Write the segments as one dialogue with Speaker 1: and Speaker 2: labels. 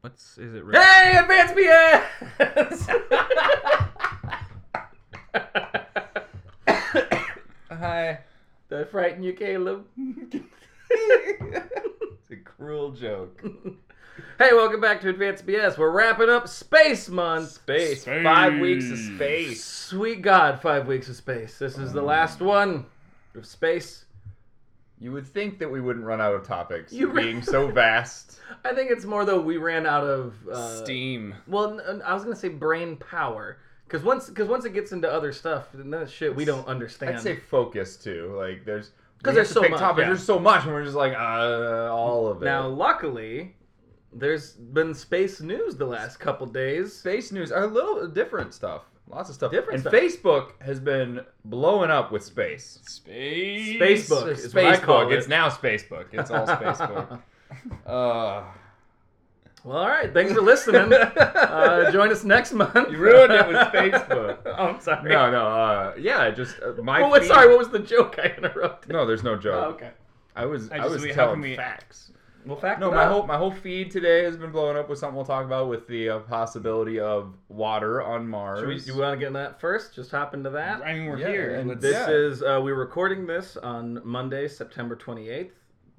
Speaker 1: What's is it? Red?
Speaker 2: Hey, advance me ass! Hi. Did I frighten you, Caleb?
Speaker 3: It's a cruel joke.
Speaker 2: hey, welcome back to Advanced BS. We're wrapping up Space Month.
Speaker 3: Space.
Speaker 1: Space.
Speaker 3: Five weeks of space. Mm.
Speaker 2: Sweet God, five weeks of space. This is the last one of space.
Speaker 3: You would think that we wouldn't run out of topics.
Speaker 2: You re-
Speaker 3: being so vast.
Speaker 2: I think it's more though we ran out of uh,
Speaker 1: Steam.
Speaker 2: Well, n- I was gonna say brain power because once because once it gets into other stuff, then that shit we don't understand.
Speaker 3: I'd say focus too. Like there's
Speaker 2: 'Cause
Speaker 3: we
Speaker 2: there's
Speaker 3: have to
Speaker 2: so
Speaker 3: pick
Speaker 2: much,
Speaker 3: Topics.
Speaker 1: yeah.
Speaker 3: There's so much, and we're just like uh, all of it.
Speaker 2: now, luckily, there's been space news the last couple days.
Speaker 3: space news are a little different stuff. Lots of stuff.
Speaker 2: Different
Speaker 3: and
Speaker 2: stuff.
Speaker 3: Facebook has been blowing up with space.
Speaker 1: Space.
Speaker 2: Facebook.
Speaker 3: It's
Speaker 2: is what I call
Speaker 3: Facebook. It's
Speaker 2: it.
Speaker 3: now Spacebook. It's all Spacebook. uh,
Speaker 2: Well, all right, thanks for listening. uh, join us next month.
Speaker 3: you ruined it with Facebook.
Speaker 2: oh, I'm sorry.
Speaker 3: No, no. Uh, yeah, just uh, my.
Speaker 2: Well, what,
Speaker 3: feed-
Speaker 2: sorry, what was the joke I interrupted?
Speaker 3: No, there's no joke.
Speaker 2: Oh, okay.
Speaker 3: I was.
Speaker 1: I
Speaker 3: I,
Speaker 1: just-
Speaker 3: was
Speaker 1: we- how
Speaker 3: telling
Speaker 1: can we-
Speaker 3: facts.
Speaker 2: Well, fact.
Speaker 3: No, my whole my whole feed today has been blowing up with something we'll talk about with the uh, possibility of water on Mars.
Speaker 2: Should we, do we want to get in that first? Just hop into that.
Speaker 1: I mean, we're
Speaker 3: Yeah,
Speaker 1: here.
Speaker 3: and
Speaker 1: Let's-
Speaker 2: This
Speaker 3: Yeah.
Speaker 2: is uh, we're recording this on Monday, September 28th.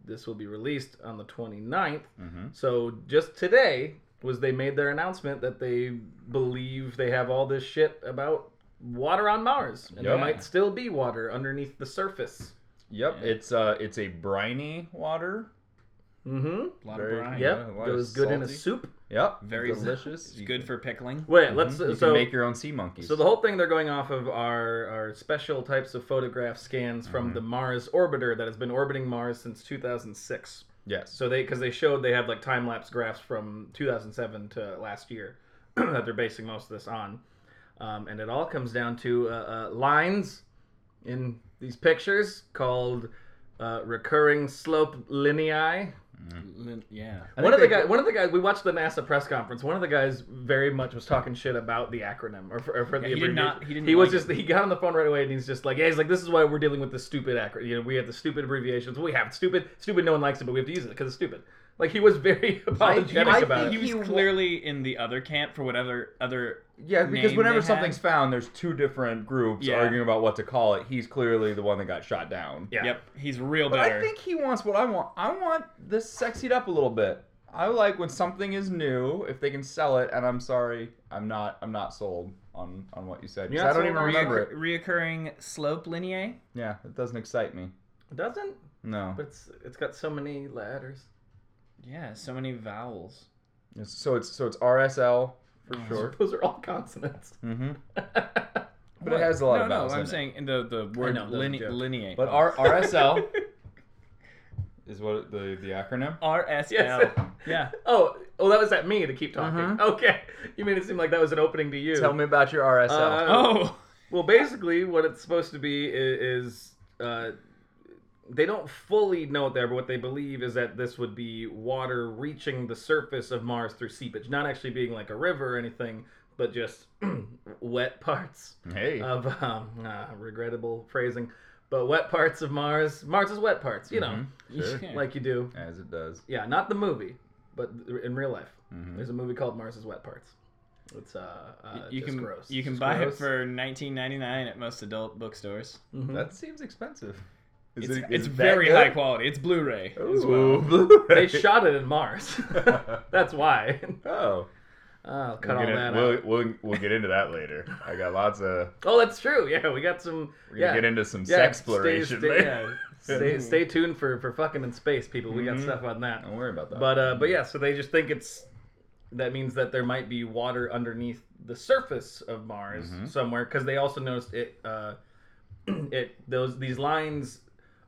Speaker 2: This will be released on the 29th.
Speaker 3: Mhm.
Speaker 2: So just today was they made their announcement that they believe they have all this shit about water on Mars and there
Speaker 3: Yeah.
Speaker 2: might still be water underneath the surface.
Speaker 3: Yep,
Speaker 1: Yeah.
Speaker 3: it's uh, it's a briny water.
Speaker 2: Mhm.
Speaker 1: a lot
Speaker 3: Very-
Speaker 1: of brine.
Speaker 3: yeah.
Speaker 2: Yep.
Speaker 3: a lot of
Speaker 2: Goes good in a
Speaker 3: salty.
Speaker 2: soup.
Speaker 3: Yep,
Speaker 1: Very
Speaker 3: delicious.
Speaker 1: It's good for pickling.
Speaker 2: Wait,
Speaker 3: Mhm.
Speaker 2: let's
Speaker 3: you
Speaker 2: so
Speaker 3: can make your own sea monkeys.
Speaker 2: So the whole thing they're going off of are, are special types of photograph scans from
Speaker 3: Mm-hmm.
Speaker 2: the Mars orbiter that has been orbiting Mars since 2006.
Speaker 3: yes,
Speaker 2: So they because they showed they had like time lapse graphs from 2007 to last year that they're basing most of this on, um, and it all comes down to uh, uh, lines in these pictures called uh, recurring slope linei.
Speaker 3: Mm-hmm.
Speaker 1: Lin- Yeah.
Speaker 3: I
Speaker 2: One of
Speaker 3: think
Speaker 2: the
Speaker 3: they-
Speaker 2: guys, one of the guys, we watched the NASA press conference. One of the guys very much was talking shit about the acronym or for, or for the
Speaker 1: he did
Speaker 2: abbreviation.
Speaker 1: not- he didn't
Speaker 2: was
Speaker 1: like
Speaker 2: just he got on the phone right away and he's just like, yeah, he's like, this is why we're dealing with this stupid acronym. You know, we have the stupid abbreviations. We have it. stupid, stupid. No one likes it, but we have to use it because it's stupid. Like he was very apologetic
Speaker 3: I
Speaker 2: about
Speaker 3: think
Speaker 1: He
Speaker 2: it.
Speaker 1: was
Speaker 3: He wa-
Speaker 1: clearly in the other camp for whatever other.
Speaker 3: yeah, because
Speaker 1: name
Speaker 3: whenever
Speaker 1: they
Speaker 3: something's
Speaker 1: had.
Speaker 3: found, there's two different groups
Speaker 1: Yeah.
Speaker 3: arguing about what to call it. He's clearly the one that got shot down.
Speaker 2: Yeah.
Speaker 1: Yep, he's real
Speaker 3: But
Speaker 1: bitter.
Speaker 3: I think he wants what I want. I want this sexied up a little bit. I like when something is new, if they can sell it. And I'm sorry, I'm not. I'm not sold on on what you said. 'cause
Speaker 2: You're
Speaker 3: I
Speaker 2: not
Speaker 3: don't
Speaker 2: sold
Speaker 3: even
Speaker 2: on
Speaker 3: remember
Speaker 1: Reoccur-
Speaker 3: it.
Speaker 1: reoccurring slope lineae.
Speaker 3: Yeah, it doesn't excite me.
Speaker 2: It doesn't,
Speaker 3: No.
Speaker 2: but it's it's got so many letters.
Speaker 1: Yeah, so many vowels.
Speaker 3: It's- So it's so it's RSL for
Speaker 1: Oh.
Speaker 3: sure.
Speaker 2: Those are all consonants.
Speaker 3: Mm-hmm.
Speaker 2: That's
Speaker 3: But it has a lot
Speaker 1: no,
Speaker 3: of
Speaker 1: no,
Speaker 3: vowels.
Speaker 1: I'm
Speaker 3: in it.
Speaker 1: saying in the the word
Speaker 2: know, that was a
Speaker 1: line-
Speaker 2: joke.
Speaker 1: lineae.
Speaker 3: But R- RSL is what it- the the acronym.
Speaker 1: RSL.
Speaker 2: Yes.
Speaker 1: Yeah.
Speaker 2: Oh, oh, that was at me to keep talking.
Speaker 3: Mhm.
Speaker 1: Uh-huh.
Speaker 2: Okay, you made it seem like that was an opening to you.
Speaker 3: Tell me about your RSL.
Speaker 2: Uh,
Speaker 1: Oh.
Speaker 2: Well, basically, what it's supposed to be i- is, uh, they don't fully know it there, but what they believe is that this would be water reaching the surface of Mars through seepage, not actually being like a river or anything, but just wet parts
Speaker 3: hey.
Speaker 2: of um, uh, regrettable phrasing, but wet parts of Mars. Mars is wet parts, you know,
Speaker 3: Sure.
Speaker 1: Mm-hmm. Yeah.
Speaker 2: like you do.
Speaker 3: As it does.
Speaker 2: Yeah, not the movie, but th- in real life,
Speaker 1: Mm-hmm.
Speaker 3: Mhm.
Speaker 2: there's a movie called Mars is Wet Parts. It's uh, uh
Speaker 1: you
Speaker 2: just
Speaker 1: can
Speaker 2: gross.
Speaker 1: you
Speaker 2: It's
Speaker 1: can
Speaker 2: just
Speaker 1: buy
Speaker 2: gross.
Speaker 1: it for 19.99 at most adult bookstores.
Speaker 2: Mhm.
Speaker 3: That seems expensive. Is
Speaker 1: It's,
Speaker 3: it-
Speaker 1: it's
Speaker 3: is that
Speaker 1: very
Speaker 3: good?
Speaker 1: high quality. It's Blu-ray as well.
Speaker 3: Ooh.
Speaker 2: they shot it in Mars. That's why.
Speaker 3: Oh.
Speaker 2: I'll cut
Speaker 3: We'll
Speaker 2: all
Speaker 3: get, in-
Speaker 2: that out.
Speaker 3: we'll, we'll, we'll get into that later. I got lots of.
Speaker 2: Oh, that's true. Yeah, we got some.
Speaker 3: We're going to
Speaker 2: Yeah,
Speaker 3: get into some
Speaker 2: yeah,
Speaker 3: sex exploration
Speaker 2: Stay, stay, yeah.
Speaker 3: later.
Speaker 2: stay, stay tuned for for fucking in space, people. We got
Speaker 3: Mhm.
Speaker 2: stuff on that.
Speaker 3: Don't worry about that.
Speaker 2: But uh, but yeah, so they just think it's that means that there might be water underneath the surface of Mars
Speaker 3: Mhm.
Speaker 2: somewhere because they also noticed it uh, it those these lines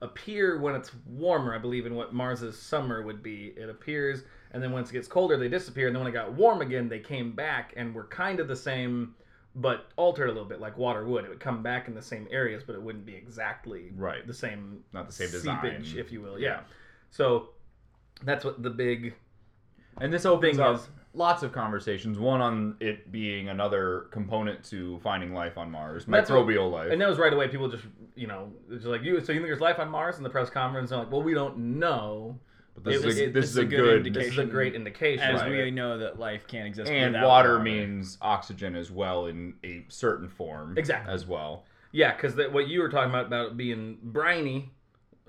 Speaker 2: appear when it's warmer. I believe in what Mars's summer would be. It appears, and then once it gets colder, they disappear. And then when it got warm again, they came back and were kind of the same. But altered a little bit, like water would. It would come back in the same areas, but it wouldn't be exactly
Speaker 3: Right.
Speaker 2: the same
Speaker 3: Not the same design.
Speaker 2: seepage, if you will. Yeah. So that's what the big
Speaker 3: And this opens
Speaker 2: thing
Speaker 3: up
Speaker 2: is-
Speaker 3: lots of conversations. One on it being another component to finding life on Mars,
Speaker 2: That's what-
Speaker 3: microbial life.
Speaker 2: and that was right away. People just you know it's just like you. So you think there's life on Mars? And the press conference, they're like, well, we don't know.
Speaker 3: But this
Speaker 2: It
Speaker 3: is
Speaker 2: was-
Speaker 3: a,
Speaker 2: it-
Speaker 3: this
Speaker 1: it's
Speaker 3: is a good,
Speaker 2: This is a great indication.
Speaker 1: As
Speaker 2: of
Speaker 1: we
Speaker 2: it.
Speaker 1: know that life can't exist
Speaker 3: and
Speaker 1: without
Speaker 3: water means oxygen as well in a certain form.
Speaker 2: Exactly.
Speaker 3: As well.
Speaker 2: Yeah, because what you were talking about about it being briny,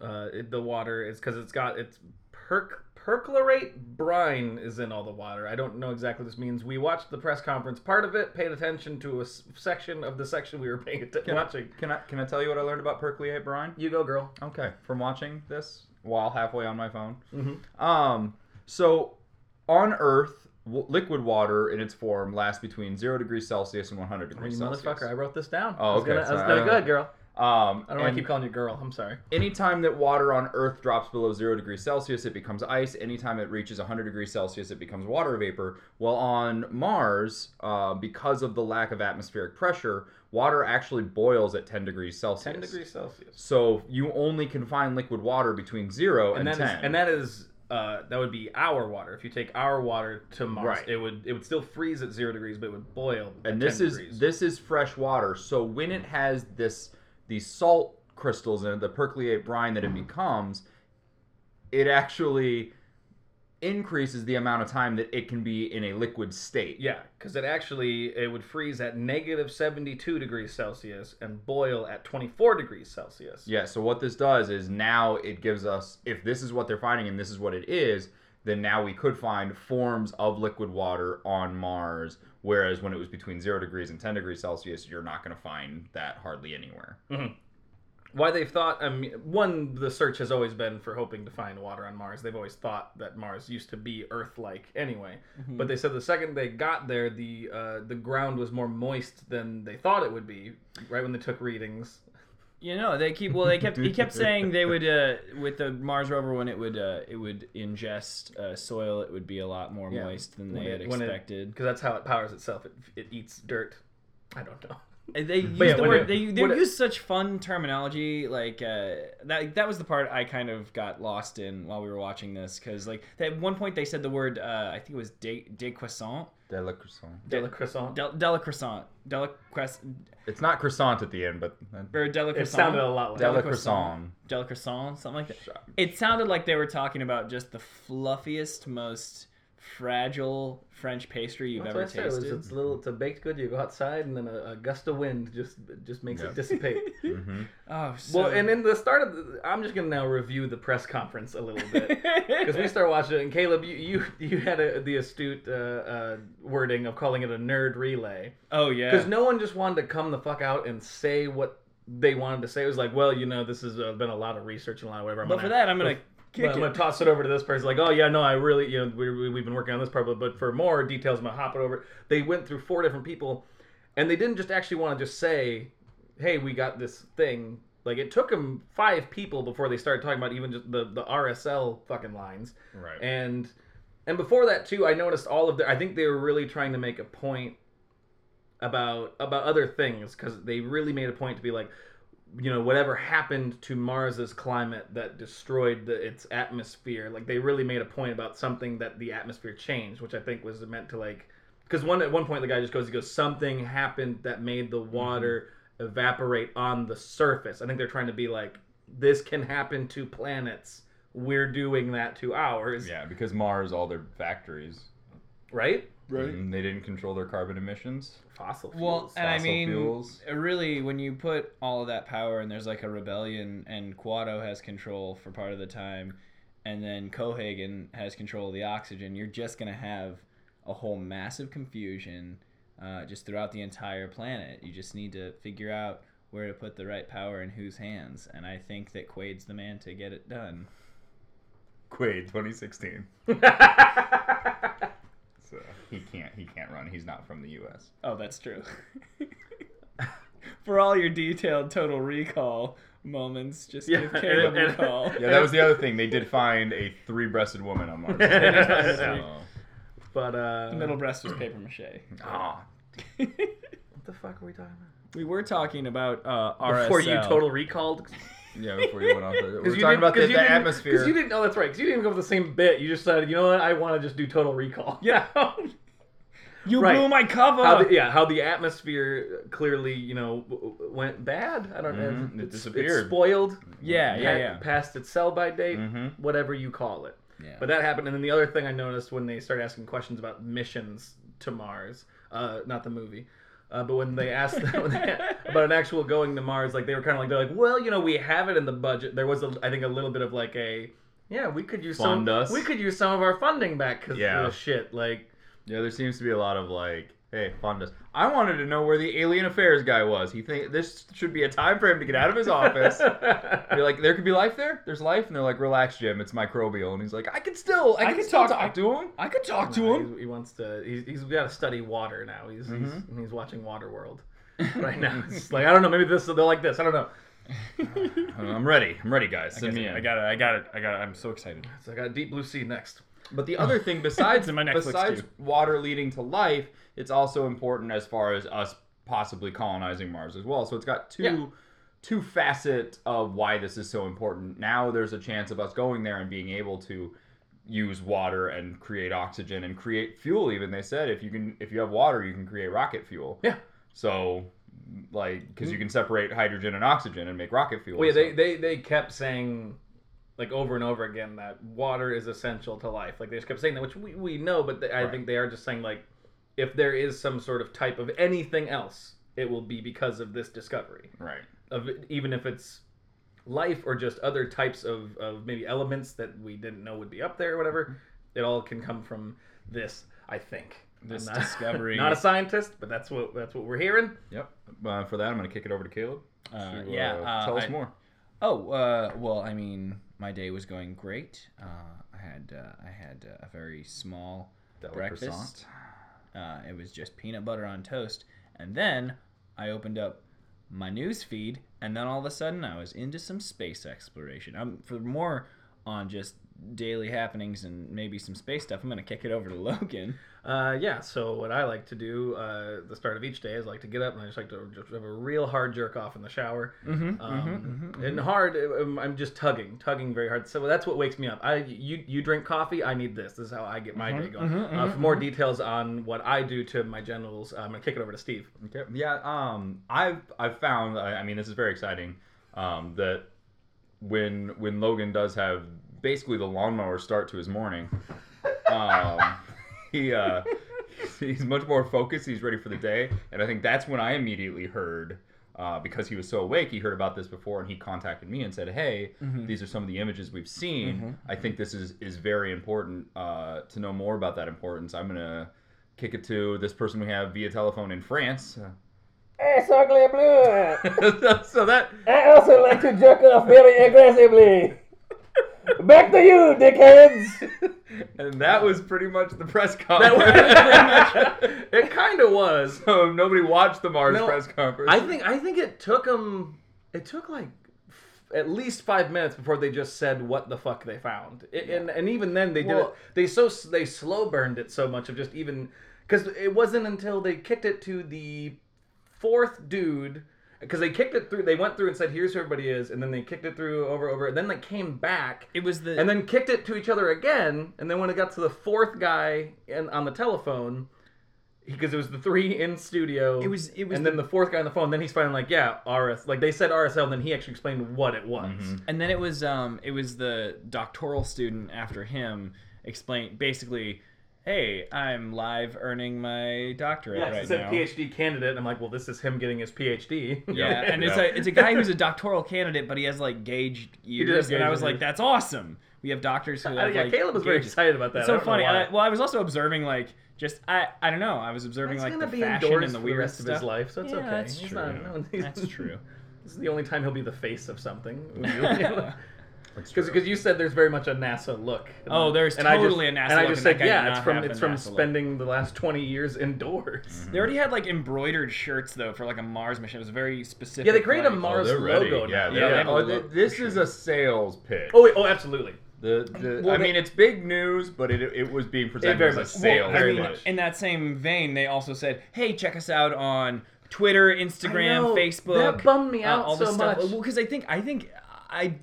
Speaker 2: uh, it- the water is because it's got it's perc- perchlorate brine is in all the water. I don't know exactly what this means. We watched the press conference part of it, paid attention to a s- section of the section we were paying attention
Speaker 3: Can I,
Speaker 2: watching.
Speaker 3: can I can I tell you what I learned about percolate brine?
Speaker 2: You go, girl.
Speaker 3: Okay, from watching this while halfway on my phone.
Speaker 2: Mm-hmm.
Speaker 3: Um, so on Earth, w- liquid water in its form lasts between zero degrees Celsius and 100 degrees
Speaker 2: Oh, motherfucker, I
Speaker 3: Celsius.
Speaker 2: wrote this down.
Speaker 3: Oh,
Speaker 2: I was
Speaker 3: okay,
Speaker 2: gonna- I was
Speaker 3: so I
Speaker 2: gonna-
Speaker 3: don't-
Speaker 2: good, girl. I
Speaker 3: Um,
Speaker 2: don't want
Speaker 3: and
Speaker 2: to keep calling you girl. I'm sorry.
Speaker 3: anytime that water on Earth drops below zero degrees Celsius, it becomes ice. Anytime it reaches 100 degrees Celsius, it becomes water vapor. Well, on Mars, uh, because of the lack of atmospheric pressure, water actually boils at 10 degrees Celsius.
Speaker 2: Ten degrees Celsius.
Speaker 3: So you only can find liquid water between zero and,
Speaker 2: And that is,
Speaker 3: 10.
Speaker 2: and that is uh, that would be our water. If you take our water to Mars,
Speaker 3: Right.
Speaker 2: it would it would still freeze at zero degrees, but it would boil. at
Speaker 3: and this
Speaker 2: 10
Speaker 3: is
Speaker 2: degrees.
Speaker 3: this is fresh water. So when it has this these salt crystals in it, the percolate brine that it becomes, it actually increases the amount of time that it can be in a liquid state.
Speaker 2: Yeah, because it actually it would freeze at negative seventy-two degrees Celsius and boil at twenty-four degrees Celsius.
Speaker 3: Yeah, so what this does is now it gives us if this is what they're finding and this is what it is, then now we could find forms of liquid water on Mars, whereas when it was between 0 degrees and 10 degrees Celsius, you're not going to find that hardly anywhere.
Speaker 2: Why they've thought? I mean, one the search has always been for hoping to find water on Mars. They've always thought that Mars used to be Earth-like anyway.
Speaker 1: Mm-hmm.
Speaker 2: But they said the second they got there, the uh, the ground was more moist than they thought it would be. Right when they took readings.
Speaker 1: You know, they keep well. They kept he kept saying they would uh, with the Mars rover when it would uh, it would ingest uh, soil, it would be a lot more
Speaker 2: Yeah.
Speaker 1: moist than
Speaker 2: When
Speaker 1: they
Speaker 2: it-
Speaker 1: had
Speaker 2: when it-
Speaker 1: expected.
Speaker 2: because that's how it powers itself. It, it eats dirt. I don't know.
Speaker 1: And they used
Speaker 2: yeah,
Speaker 1: the
Speaker 2: when
Speaker 1: word
Speaker 2: it-
Speaker 1: they they
Speaker 2: when it-
Speaker 1: used such fun terminology like uh, that that was the part I kind of got lost in while we were watching this because like they- at one point they said the word uh, I think it was de, de croissant
Speaker 3: De la croissant.
Speaker 2: De la croissant.
Speaker 1: del, de la croissant de la croissant
Speaker 3: It's not croissant at the end, but
Speaker 1: or de la
Speaker 2: it
Speaker 1: croissant
Speaker 2: sounded a lot like.
Speaker 3: de la
Speaker 1: Deli
Speaker 3: croissant.
Speaker 1: de la croissant something like that.
Speaker 3: Shut-
Speaker 1: It sounded like they were talking about just the fluffiest, most fragile French pastry you've
Speaker 2: That's
Speaker 1: ever
Speaker 2: what I said, was
Speaker 1: tasted.
Speaker 2: It's little, it's a baked good. You go outside, and then a, a gust of wind just just makes
Speaker 3: Yeah.
Speaker 2: it dissipate.
Speaker 3: Mhm.
Speaker 1: Oh, so...
Speaker 2: well, and in the start of, the, I'm just gonna now review the press conference a little bit because we start watching it. And Caleb, you you, you had a, the astute uh, uh, wording of calling it a nerd relay
Speaker 1: oh
Speaker 2: because
Speaker 1: yeah,
Speaker 2: no one just wanted to come the fuck out and say what they wanted to say. It was like, well, you know, this has uh, been a lot of research and a lot of whatever. I'm
Speaker 1: but
Speaker 2: gonna-
Speaker 1: for that I'm gonna kick
Speaker 2: But I'm gonna
Speaker 1: it.
Speaker 2: toss it over to this person. Like, oh yeah, no, I really, you know, we, we, we've been working on this part, but, but for more details, I'm gonna hop it over. They went through four different people, and they didn't just actually want to just say, hey, we got this thing. Like, it took them five people before they started talking about even just the the RSL fucking lines.
Speaker 3: Right.
Speaker 2: And and before that too, I noticed all of their. I think they were really trying to make a point about about other things because they really made a point to be like, you know, whatever happened to Mars's climate that destroyed the, its atmosphere. Like they really made a point about something that the atmosphere changed, which I think was meant to like, because one at one point the guy just goes, he goes, something happened that made the water evaporate on the surface. I think they're trying to be like, this can happen to planets. We're doing that to ours,
Speaker 3: yeah, because Mars, all their factories,
Speaker 2: right?
Speaker 3: mm, they didn't control their carbon emissions.
Speaker 2: Fossil fuels.
Speaker 1: Well, and I
Speaker 3: fossil
Speaker 1: mean,
Speaker 3: fuels.
Speaker 1: really, when you put all of that power and there's like a rebellion, and Quado has control for part of the time, and then Cohagen has control of the oxygen, you're just gonna have a whole massive confusion uh, just throughout the entire planet. You just need to figure out where to put the right power in whose hands, and I think that Quaid's the man to get it done.
Speaker 3: Quaid, 2016. So he can't. He can't run. He's not from the U.S.
Speaker 1: Oh, that's true. For all your detailed total recall moments, just
Speaker 2: Yeah,
Speaker 1: give
Speaker 2: and-
Speaker 1: Caleb
Speaker 2: and-
Speaker 1: a call.
Speaker 3: Yeah, that was the other thing. They did find a three-breasted woman on Mars. so,
Speaker 2: but uh,
Speaker 1: The middle breast was paper mache.
Speaker 3: ah,
Speaker 2: What the fuck are we talking about?
Speaker 1: we were talking about uh, RSL.
Speaker 2: Before you total recalled,
Speaker 3: yeah. Before you went off, the, we
Speaker 2: Because
Speaker 3: were
Speaker 2: you
Speaker 3: talking
Speaker 2: didn't-
Speaker 3: about the,
Speaker 2: because you
Speaker 3: the
Speaker 2: didn't-
Speaker 3: atmosphere.
Speaker 2: Because you didn't know that's right. Because you didn't even go with the same bit. You just decided, you know what? I want to just do Total Recall. Yeah.
Speaker 1: You
Speaker 2: Right.
Speaker 1: blew my cover.
Speaker 2: how the, yeah. How the atmosphere clearly, you know, w- w- went bad. I don't
Speaker 3: Mhm, it
Speaker 2: know. It's-
Speaker 3: disappeared.
Speaker 2: It's spoiled.
Speaker 1: Mm-hmm. yeah, Mm-hmm. yeah,
Speaker 2: pa-
Speaker 1: yeah.
Speaker 2: Past its sell by date.
Speaker 3: Mhm.
Speaker 2: Whatever you call it.
Speaker 1: Yeah.
Speaker 2: But that happened, and then the other thing I noticed when they started asking questions about missions to Mars, uh, not the movie, uh, but when they asked when they, about an actual going to Mars, like they were kind of like they're like, well, you know, we have it in the budget. There was, a, I think, a little bit of like a, yeah, we could use
Speaker 3: Fund
Speaker 2: some,
Speaker 3: us.
Speaker 2: we could use some of our funding back because
Speaker 3: Yeah.
Speaker 2: shit, like
Speaker 3: Yeah, there seems to be a lot of like, hey, fund us. I wanted to know where the alien affairs guy was. He think this should be a time for him to get out of his office. You're like, there could be life there. There's life, and they're like, relax, Jim. It's microbial, and he's like, I can still, I can,
Speaker 1: can
Speaker 3: still
Speaker 1: talk-
Speaker 3: talk, to him.
Speaker 1: I could talk to
Speaker 2: No,
Speaker 1: him.
Speaker 2: he's- he wants to. He's, he's got to study water now. He's he's,
Speaker 3: Mm-hmm.
Speaker 2: and he's watching Waterworld right now. It's like I don't know. Maybe this they're like this. I don't know.
Speaker 3: I'm ready. I'm ready, guys. Send me in.
Speaker 4: I got it. I got it. I got it. I'm so excited.
Speaker 2: So I got Deep Blue Sea next.
Speaker 3: But the other thing besides
Speaker 4: It's in my Netflix
Speaker 3: besides
Speaker 4: queue.
Speaker 3: water leading to life, it's also important as far as us possibly colonizing Mars as well. So it's got two
Speaker 2: Yeah.
Speaker 3: two facet of why this is so important. Now there's a chance of us going there and being able to use water and create oxygen and create fuel even they said if you can if you have water you can create rocket fuuel.
Speaker 2: Yeah.
Speaker 3: So like cuz you can separate hydrogen and oxygen and make rocket fuel.
Speaker 2: Well, yeah,
Speaker 3: So-
Speaker 2: they, they they kept saying like over and over again that water is essential to life. Like they just kept saying that, which we, we know, but they, I
Speaker 3: Right.
Speaker 2: think they are just saying like if there is some sort of type of anything else, it will be because of this discovery.
Speaker 3: right.
Speaker 2: of even if it's life or just other types of, of maybe elements that we didn't know would be up there or whatever it all can come from this i think I'm
Speaker 1: Mm-hmm. This
Speaker 2: not-
Speaker 1: discovery.
Speaker 2: not a scientist but that's what that's what we're hearing
Speaker 3: Yep. Uh, for that I'm going to kick it over to Caleb.
Speaker 1: Uh,
Speaker 3: to,
Speaker 1: yeah.
Speaker 3: uh,
Speaker 1: uh,
Speaker 3: tell us
Speaker 1: I-
Speaker 3: more.
Speaker 1: Oh, uh, well, I mean, my day was going great. Uh, I had uh, I had uh, a very small
Speaker 3: Deli
Speaker 1: breakfast. Uh, it was just peanut butter on toast, and then I opened up my news feed, and then all of a sudden I was into some space exploration. I'm for more on just daily happenings and maybe some space stuff. I'm gonna kick it over to Logan.
Speaker 2: uh, yeah so what i like to do uh, at the start of each day is like to get up and i just like to just have a real hard jerk off in the shower
Speaker 1: Mm-hmm.
Speaker 2: um, and hard um, i'm just tugging tugging very hard so that's what wakes me up i you you drink coffee i need this this is how i get my day going
Speaker 1: mhm,
Speaker 2: uh, for more details on what i do to my genitals i'm gonna kick it over to steve
Speaker 3: Okay. Yeah. Um. I've I've found. I, I mean, this is very exciting. Um. That when when Logan does have basically the lawnmower start to his morning, um, he uh, he's much more focused. He's ready for the day, and I think that's when I immediately heard. Uh, because he was so awake, he heard about this before, and he contacted me and said, "Hey, these are some of the images we've seen. I think this is is very important uh, to know more about that importance. I'm gonna kick it to this person we have via telephone in France.
Speaker 5: Hey, Sogly Blue!
Speaker 3: so that
Speaker 5: I also like to jerk off very aggressively. Back to you, dickheads!
Speaker 3: and that was pretty much the press
Speaker 2: That
Speaker 3: conference.
Speaker 2: was- it kind of was
Speaker 3: so if nobody watched the Mars
Speaker 2: No,
Speaker 3: press conference.
Speaker 2: i think i think it took them it took like f- at least five minutes before they just said what the fuck they found, it, and and even then they did
Speaker 3: Well-
Speaker 2: it. They so s- they slow burned it so much of just even because it wasn't until they kicked it to the fourth dude because they kicked it through. They went through and said, "Here's who everybody is," and then they kicked it through over over. And then they came back
Speaker 1: It was the
Speaker 2: and then kicked it to each other again. And then when it got to the fourth guy and on the telephone, because it was the three in studio.
Speaker 1: It was- it was
Speaker 2: and
Speaker 1: the-
Speaker 2: then the fourth guy on the phone. Then he's finally like, yeah, RS. Like they said RSL, and then he actually explained what it was.
Speaker 1: And then it was um it was the doctoral student after him explain basically, hey, I'm live earning my doctorate
Speaker 2: Yeah,
Speaker 1: right
Speaker 2: it said
Speaker 1: now.
Speaker 2: PhD candidate. And I'm like, well, this is him getting his PhD.
Speaker 1: Yeah, and it's
Speaker 3: Yeah.
Speaker 1: a it's a guy who's a doctoral candidate, but he has like gauged
Speaker 2: does
Speaker 1: ears, and I
Speaker 2: gauged
Speaker 1: was like,
Speaker 2: ears.
Speaker 1: that's awesome. We have doctors who
Speaker 2: I-
Speaker 1: have
Speaker 2: yeah,
Speaker 1: uh, like.
Speaker 2: Caleb was very
Speaker 1: gauges.
Speaker 2: excited about that.
Speaker 1: It's
Speaker 2: I
Speaker 1: so
Speaker 2: don't know
Speaker 1: funny.
Speaker 2: why.
Speaker 1: I, well, I was also observing like just I I don't know. I was observing
Speaker 2: He's
Speaker 1: like
Speaker 2: gonna
Speaker 1: the
Speaker 2: be
Speaker 1: fashion
Speaker 2: indoors
Speaker 1: and the
Speaker 2: for
Speaker 1: weird
Speaker 2: the rest
Speaker 1: stuff.
Speaker 2: of his life, so it's
Speaker 1: Yeah,
Speaker 2: okay.
Speaker 1: that's
Speaker 2: He's
Speaker 1: true.
Speaker 2: not- no, he's-
Speaker 1: That's true.
Speaker 2: This is the only time he'll be the face of something.
Speaker 3: That's true.
Speaker 2: Because you said there's very much a NASA look.
Speaker 1: Oh, there's
Speaker 2: I just-
Speaker 1: totally a NASA
Speaker 2: And I
Speaker 1: look,
Speaker 2: just
Speaker 1: and that
Speaker 2: said,
Speaker 1: guy did
Speaker 2: yeah,
Speaker 1: not
Speaker 2: it's from
Speaker 1: have
Speaker 2: it's
Speaker 1: the
Speaker 2: from
Speaker 1: NASA look. Mm-hmm.
Speaker 2: spending the last 20 years indoors.
Speaker 1: They already had like embroidered shirts though for like a Mars mission. It was very specific.
Speaker 2: Yeah, they created a
Speaker 1: like-
Speaker 2: Mars
Speaker 3: Oh, they're ready.
Speaker 2: logo.
Speaker 3: Yeah,
Speaker 2: now.
Speaker 3: they're
Speaker 1: Yeah.
Speaker 3: ready.
Speaker 1: Yeah.
Speaker 3: Oh, th- this is a sales pitch.
Speaker 2: Oh, wait, oh, absolutely.
Speaker 3: The, the,
Speaker 1: Well,
Speaker 3: I
Speaker 1: they-
Speaker 3: mean, it's big news, but it, it was being presented
Speaker 2: very
Speaker 3: as a
Speaker 2: much- well,
Speaker 3: sales
Speaker 1: I
Speaker 2: Very
Speaker 1: mean,
Speaker 2: much.
Speaker 1: in that same vein, they also said, "Hey, check us out on Twitter,
Speaker 2: I
Speaker 1: Instagram,
Speaker 2: know.
Speaker 1: Facebook."
Speaker 2: That bummed me
Speaker 1: uh,
Speaker 2: out
Speaker 1: all
Speaker 2: so
Speaker 1: this
Speaker 2: much.
Speaker 1: stuff. Well, because I think I think I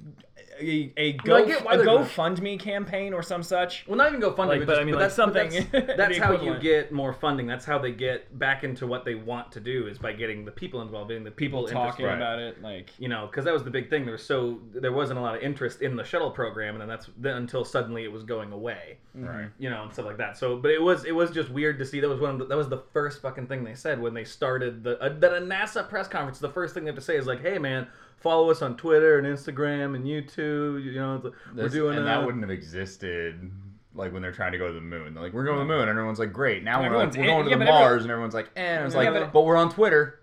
Speaker 1: a, a
Speaker 2: No, I
Speaker 1: Go
Speaker 2: get why
Speaker 1: a
Speaker 2: they're doing it.
Speaker 1: GoFundMe campaign or some such.
Speaker 2: Well, not even GoFundMe,
Speaker 1: Like,
Speaker 2: but,
Speaker 1: but
Speaker 2: just,
Speaker 1: I mean,
Speaker 2: but
Speaker 1: like,
Speaker 2: that's something.
Speaker 1: something- the
Speaker 2: That's, that's how you
Speaker 1: equivalent.
Speaker 2: get more funding. That's how they get back into what they want to do is by getting the people involved, getting the people,
Speaker 1: People talking
Speaker 2: interested.
Speaker 3: right.
Speaker 1: about it, like
Speaker 2: You know, because that was the big thing. There was so there wasn't a lot of interest in the shuttle program, and then that's then until suddenly it was going away.
Speaker 1: Right.
Speaker 2: You know, and stuff like that. So, but it was it was just weird to see. That was one. Of the, that was the first fucking thing they said when they started the uh, that a NASA press conference. The first thing they have to say is like, "Hey, man." Follow us on Twitter and Instagram and YouTube. You know, it's like, we're
Speaker 3: This-
Speaker 2: doing
Speaker 3: and
Speaker 2: uh,
Speaker 3: that wouldn't have existed like when they're trying to go to the moon. They're like, we're going to the moon. And everyone's like, great. Now we're, like,
Speaker 1: Everyone's
Speaker 3: we're
Speaker 1: in-
Speaker 3: going to
Speaker 1: yeah,
Speaker 3: the
Speaker 1: but
Speaker 3: Mars.
Speaker 1: everyone-
Speaker 3: and everyone's like, eh. And it's
Speaker 2: Yeah,
Speaker 3: like,
Speaker 2: but-
Speaker 3: but, we're on Twitter.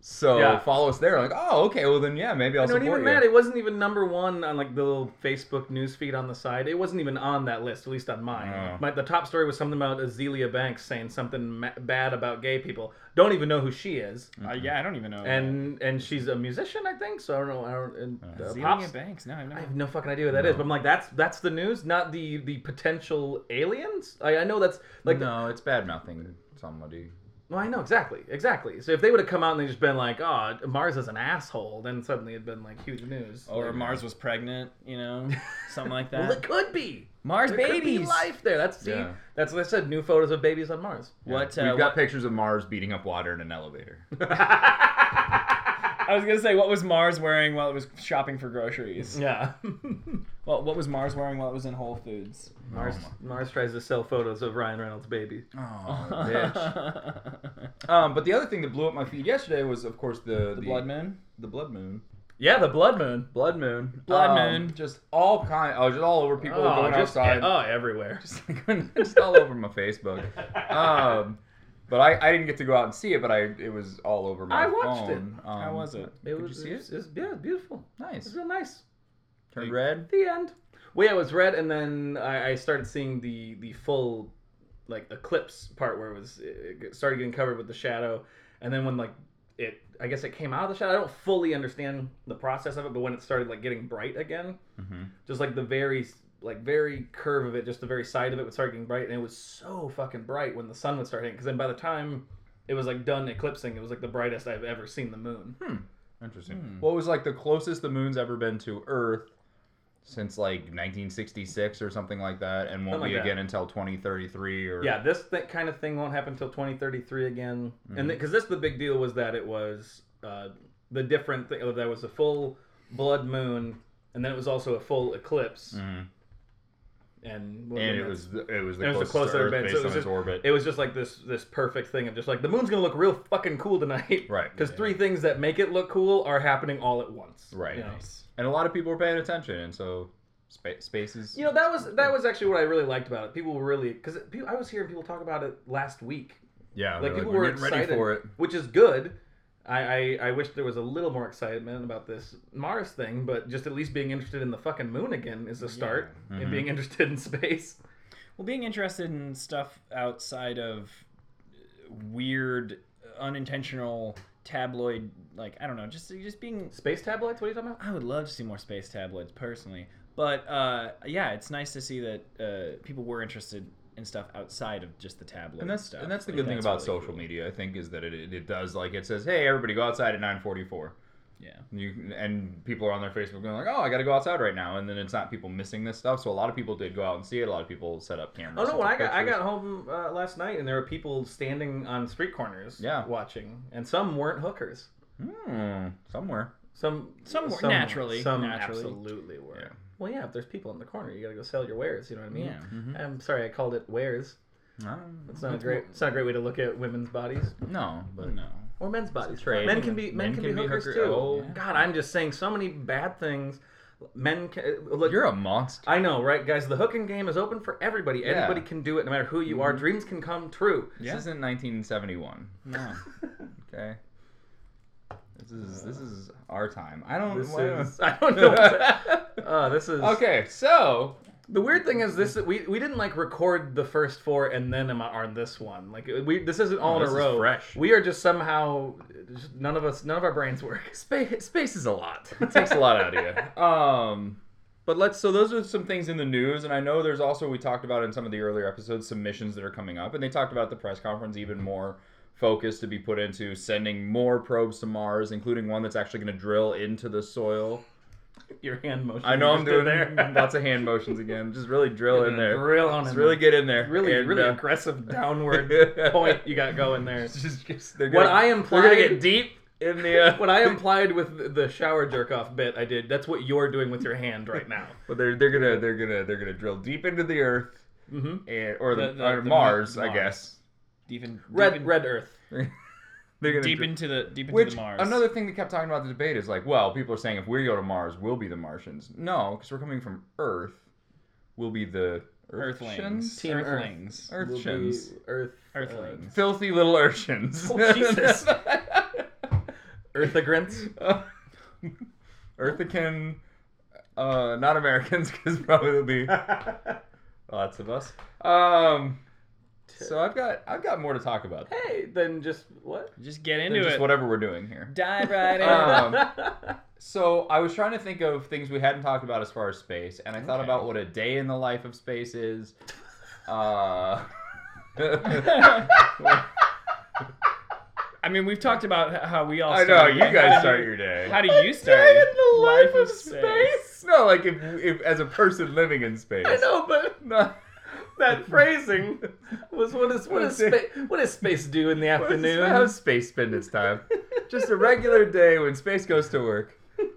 Speaker 3: So
Speaker 2: Yeah.
Speaker 3: follow us there. Like, oh, okay. Well, then, yeah, maybe I'll
Speaker 2: No, and
Speaker 3: support
Speaker 2: even
Speaker 3: you.
Speaker 2: that, it wasn't even number one on like the little Facebook newsfeed on the side. It wasn't even on that list, at least on mine.
Speaker 3: Oh.
Speaker 2: My, the top story was something about Azealia Banks saying something ma- bad about gay people. Don't even know who she is,
Speaker 1: Uh, yeah, I don't even know.
Speaker 2: and and she's a musician, I think. So I don't know. I don't. And, uh,
Speaker 1: Zealia
Speaker 2: pops-
Speaker 1: Banks. No, I've
Speaker 2: I
Speaker 1: never.
Speaker 2: have no fucking idea what that is. but I'm like, that's that's the news, not the the potential aliens. I, I know that's like
Speaker 3: no, it's bad mouthing somebody.
Speaker 2: well, I know exactly, exactly. So if they would have come out and they just been like, "Oh, Mars is an asshole," then suddenly it'd been like huge news.
Speaker 3: Oh,
Speaker 1: or Mars was pregnant, you know, something like that.
Speaker 2: Well, it could be.
Speaker 1: Mars
Speaker 2: There could be
Speaker 1: babies.
Speaker 2: life there. That's see,
Speaker 3: Yeah.
Speaker 2: that's what I said. New photos of babies on Mars.
Speaker 1: What?
Speaker 3: We've
Speaker 1: Uh,
Speaker 3: got
Speaker 1: what-
Speaker 3: pictures of Mars beating up water in an elevator.
Speaker 1: I was gonna say, what was Mars wearing while it was shopping for groceries?
Speaker 2: Yeah.
Speaker 1: Well, what was Mars wearing while it was in Whole Foods?
Speaker 2: Mars Mars tries to sell photos of Ryan Reynolds' baby.
Speaker 3: oh, bitch. Um, but the other thing that blew up my feed yesterday was, of course, the,
Speaker 1: the Blood Moon.
Speaker 3: The blood moon.
Speaker 2: Yeah, the blood moon.
Speaker 3: Blood moon.
Speaker 1: Blood
Speaker 3: Um,
Speaker 1: moon.
Speaker 3: Just all kind. Oh, just all over people going
Speaker 2: just,
Speaker 3: outside.
Speaker 2: Oh, everywhere.
Speaker 3: just all over my Facebook. Um, but I, I didn't get to go out and see it, but I it was all over my
Speaker 2: I watched it.
Speaker 3: phone. Um,
Speaker 1: How was it?
Speaker 2: It
Speaker 3: Did
Speaker 2: was,
Speaker 3: you see
Speaker 2: it? was- it was- yeah, it was beautiful. It was
Speaker 3: Nice.
Speaker 2: real nice.
Speaker 3: Turned red.
Speaker 2: The end. Well, yeah, it was red, and then I, I started seeing the the full like eclipse part where it was it started getting covered with the shadow, and then when like it, I guess it came out of the shadow. I don't fully understand the process of it, but when it started like getting bright again, just like the very like very curve of it, just the very side of it would start getting bright, and it was so fucking bright when the sun would start hitting. Because then by the time it was like done eclipsing, it was like the brightest I've ever seen the moon.
Speaker 3: Interesting.
Speaker 2: Hmm.
Speaker 3: What was like the closest the moon's ever been to Earth since like 1966 or something like that, and won't
Speaker 2: Something
Speaker 3: be
Speaker 2: like that.
Speaker 3: again until 2033 or
Speaker 2: Yeah, this th- kind of thing won't happen until 2033 again.
Speaker 3: Mm-hmm.
Speaker 2: And because this, the big deal was that it was uh, the different thing. There was a full blood moon, and then it was also a full eclipse.
Speaker 3: Mhm.
Speaker 2: And,
Speaker 3: And it was the- it was the
Speaker 2: it was the
Speaker 3: closest,
Speaker 2: closest
Speaker 3: to Earth
Speaker 2: I've been.
Speaker 3: based
Speaker 2: So it
Speaker 3: on
Speaker 2: was
Speaker 3: its
Speaker 2: just-
Speaker 3: orbit.
Speaker 2: it was just like this this perfect thing of just like the moon's gonna look real fucking cool tonight,
Speaker 3: Right.
Speaker 2: Because three things that make it look cool are happening all at once,
Speaker 3: Right.
Speaker 2: You know?
Speaker 1: Nice.
Speaker 3: and a lot of people were paying attention, and so spa- space is
Speaker 2: You know that was that was actually what I really liked about it. People were really because I was hearing people talk about it last week
Speaker 3: yeah.
Speaker 2: like
Speaker 3: they're
Speaker 2: people
Speaker 3: we're
Speaker 2: were
Speaker 3: getting
Speaker 2: excited
Speaker 3: ready for it.
Speaker 2: which is good. I, I I wish there was a little more excitement about this Mars thing, but just at least being interested in the fucking moon again is a start, and being interested in space.
Speaker 1: Well, being interested in stuff outside of uh, weird, unintentional tabloid, like I don't know, just just being.
Speaker 2: Space tabloids? What are you talking about?
Speaker 1: I would love to see more space tabloids personally, but uh, yeah, it's nice to see that uh, people were interested in stuff outside of just the tabloid
Speaker 3: and that's
Speaker 1: stuff.
Speaker 3: and that's the
Speaker 1: Like,
Speaker 3: good thing about
Speaker 1: really
Speaker 3: social
Speaker 1: cool.
Speaker 3: media i think is that it, it, it does like it says hey everybody go outside at 944
Speaker 1: Yeah.
Speaker 3: you, and people are on their facebook going like oh i gotta go outside right now and then it's not people missing this stuff so a lot of people did go out and see it a lot of people set up cameras
Speaker 2: Oh no!
Speaker 3: set
Speaker 2: When
Speaker 3: up
Speaker 2: I got I
Speaker 3: pictures.
Speaker 2: got home uh, last night, and there were people standing on street corners,
Speaker 3: Yeah.
Speaker 2: watching, and some weren't hookers.
Speaker 3: Hmm, somewhere
Speaker 2: Some
Speaker 1: Some were- naturally,
Speaker 2: some
Speaker 1: naturally.
Speaker 2: absolutely were.
Speaker 3: Yeah.
Speaker 2: Well, yeah. If there's people in the corner, you gotta go sell your wares. You know what I mean?
Speaker 1: Yeah.
Speaker 2: I'm sorry, I called it wares.
Speaker 3: Um,
Speaker 2: It's not a great. Hmm. It's not a great way to look at women's bodies.
Speaker 3: no but
Speaker 1: No.
Speaker 2: Or men's bodies.
Speaker 3: trade.
Speaker 2: Men can be men, can, be hookers
Speaker 3: hooker-
Speaker 2: too.
Speaker 3: oh.
Speaker 2: God, I'm just saying so many bad things. Men can look.
Speaker 3: you're a monster
Speaker 2: I know, right, guys? The hooking game is open for everybody.
Speaker 3: Yeah. Mm-hmm.
Speaker 2: Anybody can do it, no matter who you are. Dreams can come true.
Speaker 3: this isn't 1971
Speaker 1: No.
Speaker 3: okay this is this is our time i don't
Speaker 2: This
Speaker 3: why-
Speaker 2: is. I don't know. What to- uh, this is.
Speaker 3: okay so
Speaker 2: The weird thing is this: we we didn't like record the first four and then am I on this one. Like we this isn't all in
Speaker 3: No, Oh, this
Speaker 2: a
Speaker 3: is
Speaker 2: row.
Speaker 3: fresh.
Speaker 2: We are just somehow just none of us none of our brains work.
Speaker 3: space space is a lot. It takes a lot out of you. Um, but let's. So those are some things in the news, and I know there's also we talked about in some of the earlier episodes submissions that are coming up, and they talked about the press conference even more focus to be put into sending more probes to Mars, including one that's actually going to drill into the soil.
Speaker 2: Your hand motion.
Speaker 3: I know
Speaker 2: you
Speaker 3: I'm
Speaker 2: just did
Speaker 3: doing lots of hand motions again. Just really drill in there.
Speaker 2: Drill on
Speaker 3: Just
Speaker 2: him.
Speaker 3: really get in there.
Speaker 2: really,
Speaker 3: And,
Speaker 2: really
Speaker 3: uh,
Speaker 2: aggressive downward point you got going there.
Speaker 3: just- just- they're
Speaker 2: What
Speaker 3: gonna-
Speaker 2: I
Speaker 3: We're gonna
Speaker 2: implied-
Speaker 3: get deep in the. Uh,
Speaker 2: What I implied with the- the shower jerk off bit I did, that's what you're doing with your hand right now.
Speaker 3: Well, they're they're gonna they're gonna they're gonna drill deep into the Earth
Speaker 2: Mm-hmm.
Speaker 3: and or the,
Speaker 1: The- the-
Speaker 3: or
Speaker 1: the Ma-
Speaker 3: Mars, I
Speaker 1: Mars.
Speaker 3: guess.
Speaker 1: Deep in,
Speaker 2: Red
Speaker 1: deep, in,
Speaker 2: Red Earth.
Speaker 3: They're gonna
Speaker 1: deep
Speaker 3: dri-
Speaker 1: into the deep into
Speaker 3: which
Speaker 1: the Mars.
Speaker 3: another thing they kept talking about the debate is like, well, people are saying if we go to Mars, we'll be the Martians. No, because we're coming from Earth, we'll be the
Speaker 1: Earthlings.
Speaker 2: Team Earth.
Speaker 1: Earthlings.
Speaker 2: Will be
Speaker 3: Earthshins,
Speaker 2: Earth.
Speaker 3: uh,
Speaker 1: Earthlings.
Speaker 3: filthy little Earthshins.
Speaker 2: Oh, Jesus. Uh, Earthigrants.
Speaker 3: Earthican, uh, not Americans, because probably there'll be lots of us. Um, so I've got I've got more to talk about. than
Speaker 2: hey, then just what?
Speaker 1: Just get into
Speaker 3: just
Speaker 1: it.
Speaker 3: whatever we're doing here.
Speaker 1: Dive right in.
Speaker 3: Um, so I was trying to think of things we hadn't talked about as far as space, and I thought
Speaker 1: Okay.
Speaker 3: about what a day in the life of space is. Uh,
Speaker 1: I mean, we've talked about h- how we all.
Speaker 3: I know
Speaker 1: started.
Speaker 3: you guys
Speaker 1: How
Speaker 3: start
Speaker 1: do you-
Speaker 3: your day.
Speaker 1: How do you start?
Speaker 3: No, like if, if as a person living in space.
Speaker 2: I know, but
Speaker 3: No.
Speaker 2: that phrasing was what is what is spa- what does space do in the
Speaker 3: What does-
Speaker 2: afternoon?
Speaker 3: How does space spend its time? Just a regular day when space goes to work.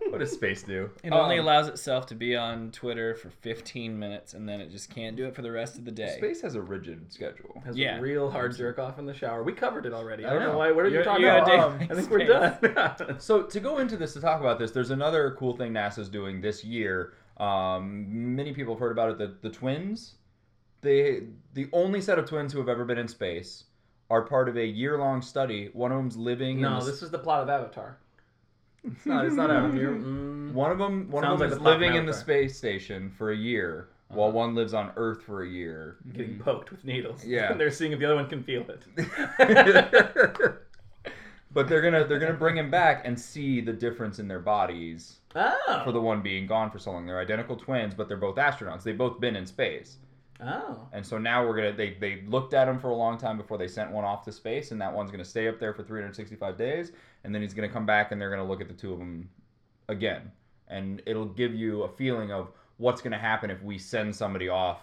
Speaker 3: What does space do?
Speaker 1: It only
Speaker 3: Um,
Speaker 1: allows itself to be on Twitter for 15 minutes, and then it just can't do it for the rest of the day.
Speaker 3: Space has a rigid schedule.
Speaker 2: Has
Speaker 1: Yeah.
Speaker 2: a real hard jerk off in the shower. We covered it already. I
Speaker 3: I
Speaker 2: don't know
Speaker 3: know.
Speaker 2: why. What are you
Speaker 1: You're-
Speaker 2: talking
Speaker 1: you're a
Speaker 2: about?
Speaker 1: dick.
Speaker 2: Um, I think we're done.
Speaker 3: So to go into this to talk about this, there's another cool thing NASA's doing this year. Um, many people have heard about it. The the twins, they the only set of twins who have ever been in space are part of a year long study. One of them's living. in
Speaker 2: no,
Speaker 3: the-
Speaker 2: this is the plot of Avatar.
Speaker 3: it's not. It's not out.
Speaker 2: You're- mm,
Speaker 3: One of them. One
Speaker 2: Sounds
Speaker 3: of
Speaker 2: like
Speaker 3: them
Speaker 2: the
Speaker 3: is
Speaker 2: Pop
Speaker 3: living in the
Speaker 2: Avatar.
Speaker 3: space station for a year, while one lives on Earth for a year.
Speaker 2: getting poked with needles.
Speaker 3: Yeah.
Speaker 2: and they're seeing if the other one can feel it.
Speaker 3: but they're gonna they're gonna bring him back and see the difference in their bodies
Speaker 2: Oh.
Speaker 3: for the one being gone for so long. They're identical twins, but they're both astronauts. They've both been in space,
Speaker 2: oh.
Speaker 3: and so now we're gonna they they looked at him for a long time before they sent one off to space, and that one's gonna stay up there for 365 days, and then he's gonna come back, and they're gonna look at the two of them again, and it'll give you a feeling of what's gonna happen if we send somebody off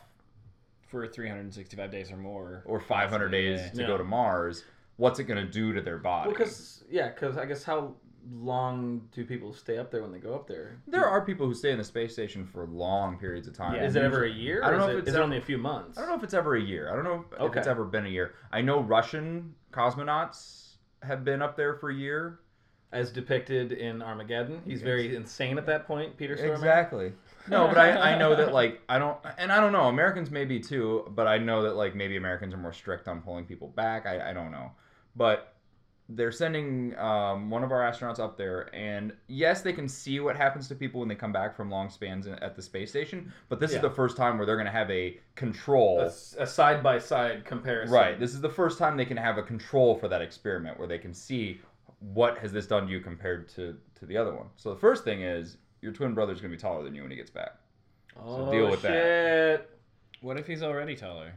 Speaker 1: for 365 days or more.
Speaker 3: or 500 days to
Speaker 2: Yeah.
Speaker 3: go to Mars. What's it gonna do to their body?
Speaker 2: Well, because yeah, because I guess how long do people stay up there when they go up there?
Speaker 3: There are people who stay in the space station for long periods of time.
Speaker 1: Yeah.
Speaker 2: Is it ever a year?
Speaker 3: I don't
Speaker 2: or
Speaker 3: know
Speaker 2: is
Speaker 3: if
Speaker 2: it-
Speaker 3: it's
Speaker 2: is it
Speaker 3: ever-
Speaker 2: only a few months.
Speaker 3: I don't know if it's ever a year. I don't know if, if
Speaker 2: Okay.
Speaker 3: it's ever been a year. I know Russian cosmonauts have been up there for a year.
Speaker 2: As depicted in Armageddon, he's very insane at that point. Peter Stormare.
Speaker 3: Exactly. No, but I, I know that like I don't and I don't know Americans maybe too, but I know that like maybe Americans are more strict on pulling people back. I, I don't know, but they're sending um, one of our astronauts up there, and yes, they can see what happens to people when they come back from long spans in- at the space station. But this is
Speaker 2: Yeah.
Speaker 3: the first time where they're going to have a control.
Speaker 2: A side by side comparison.
Speaker 3: Right. This is the first time they can have a control for that experiment where they can see what has this done to you compared to, to the other one. So the first thing is your twin brother's going to be taller than you when he gets back.
Speaker 2: Oh,
Speaker 3: deal with
Speaker 2: shit.
Speaker 3: that.
Speaker 1: What if he's already taller?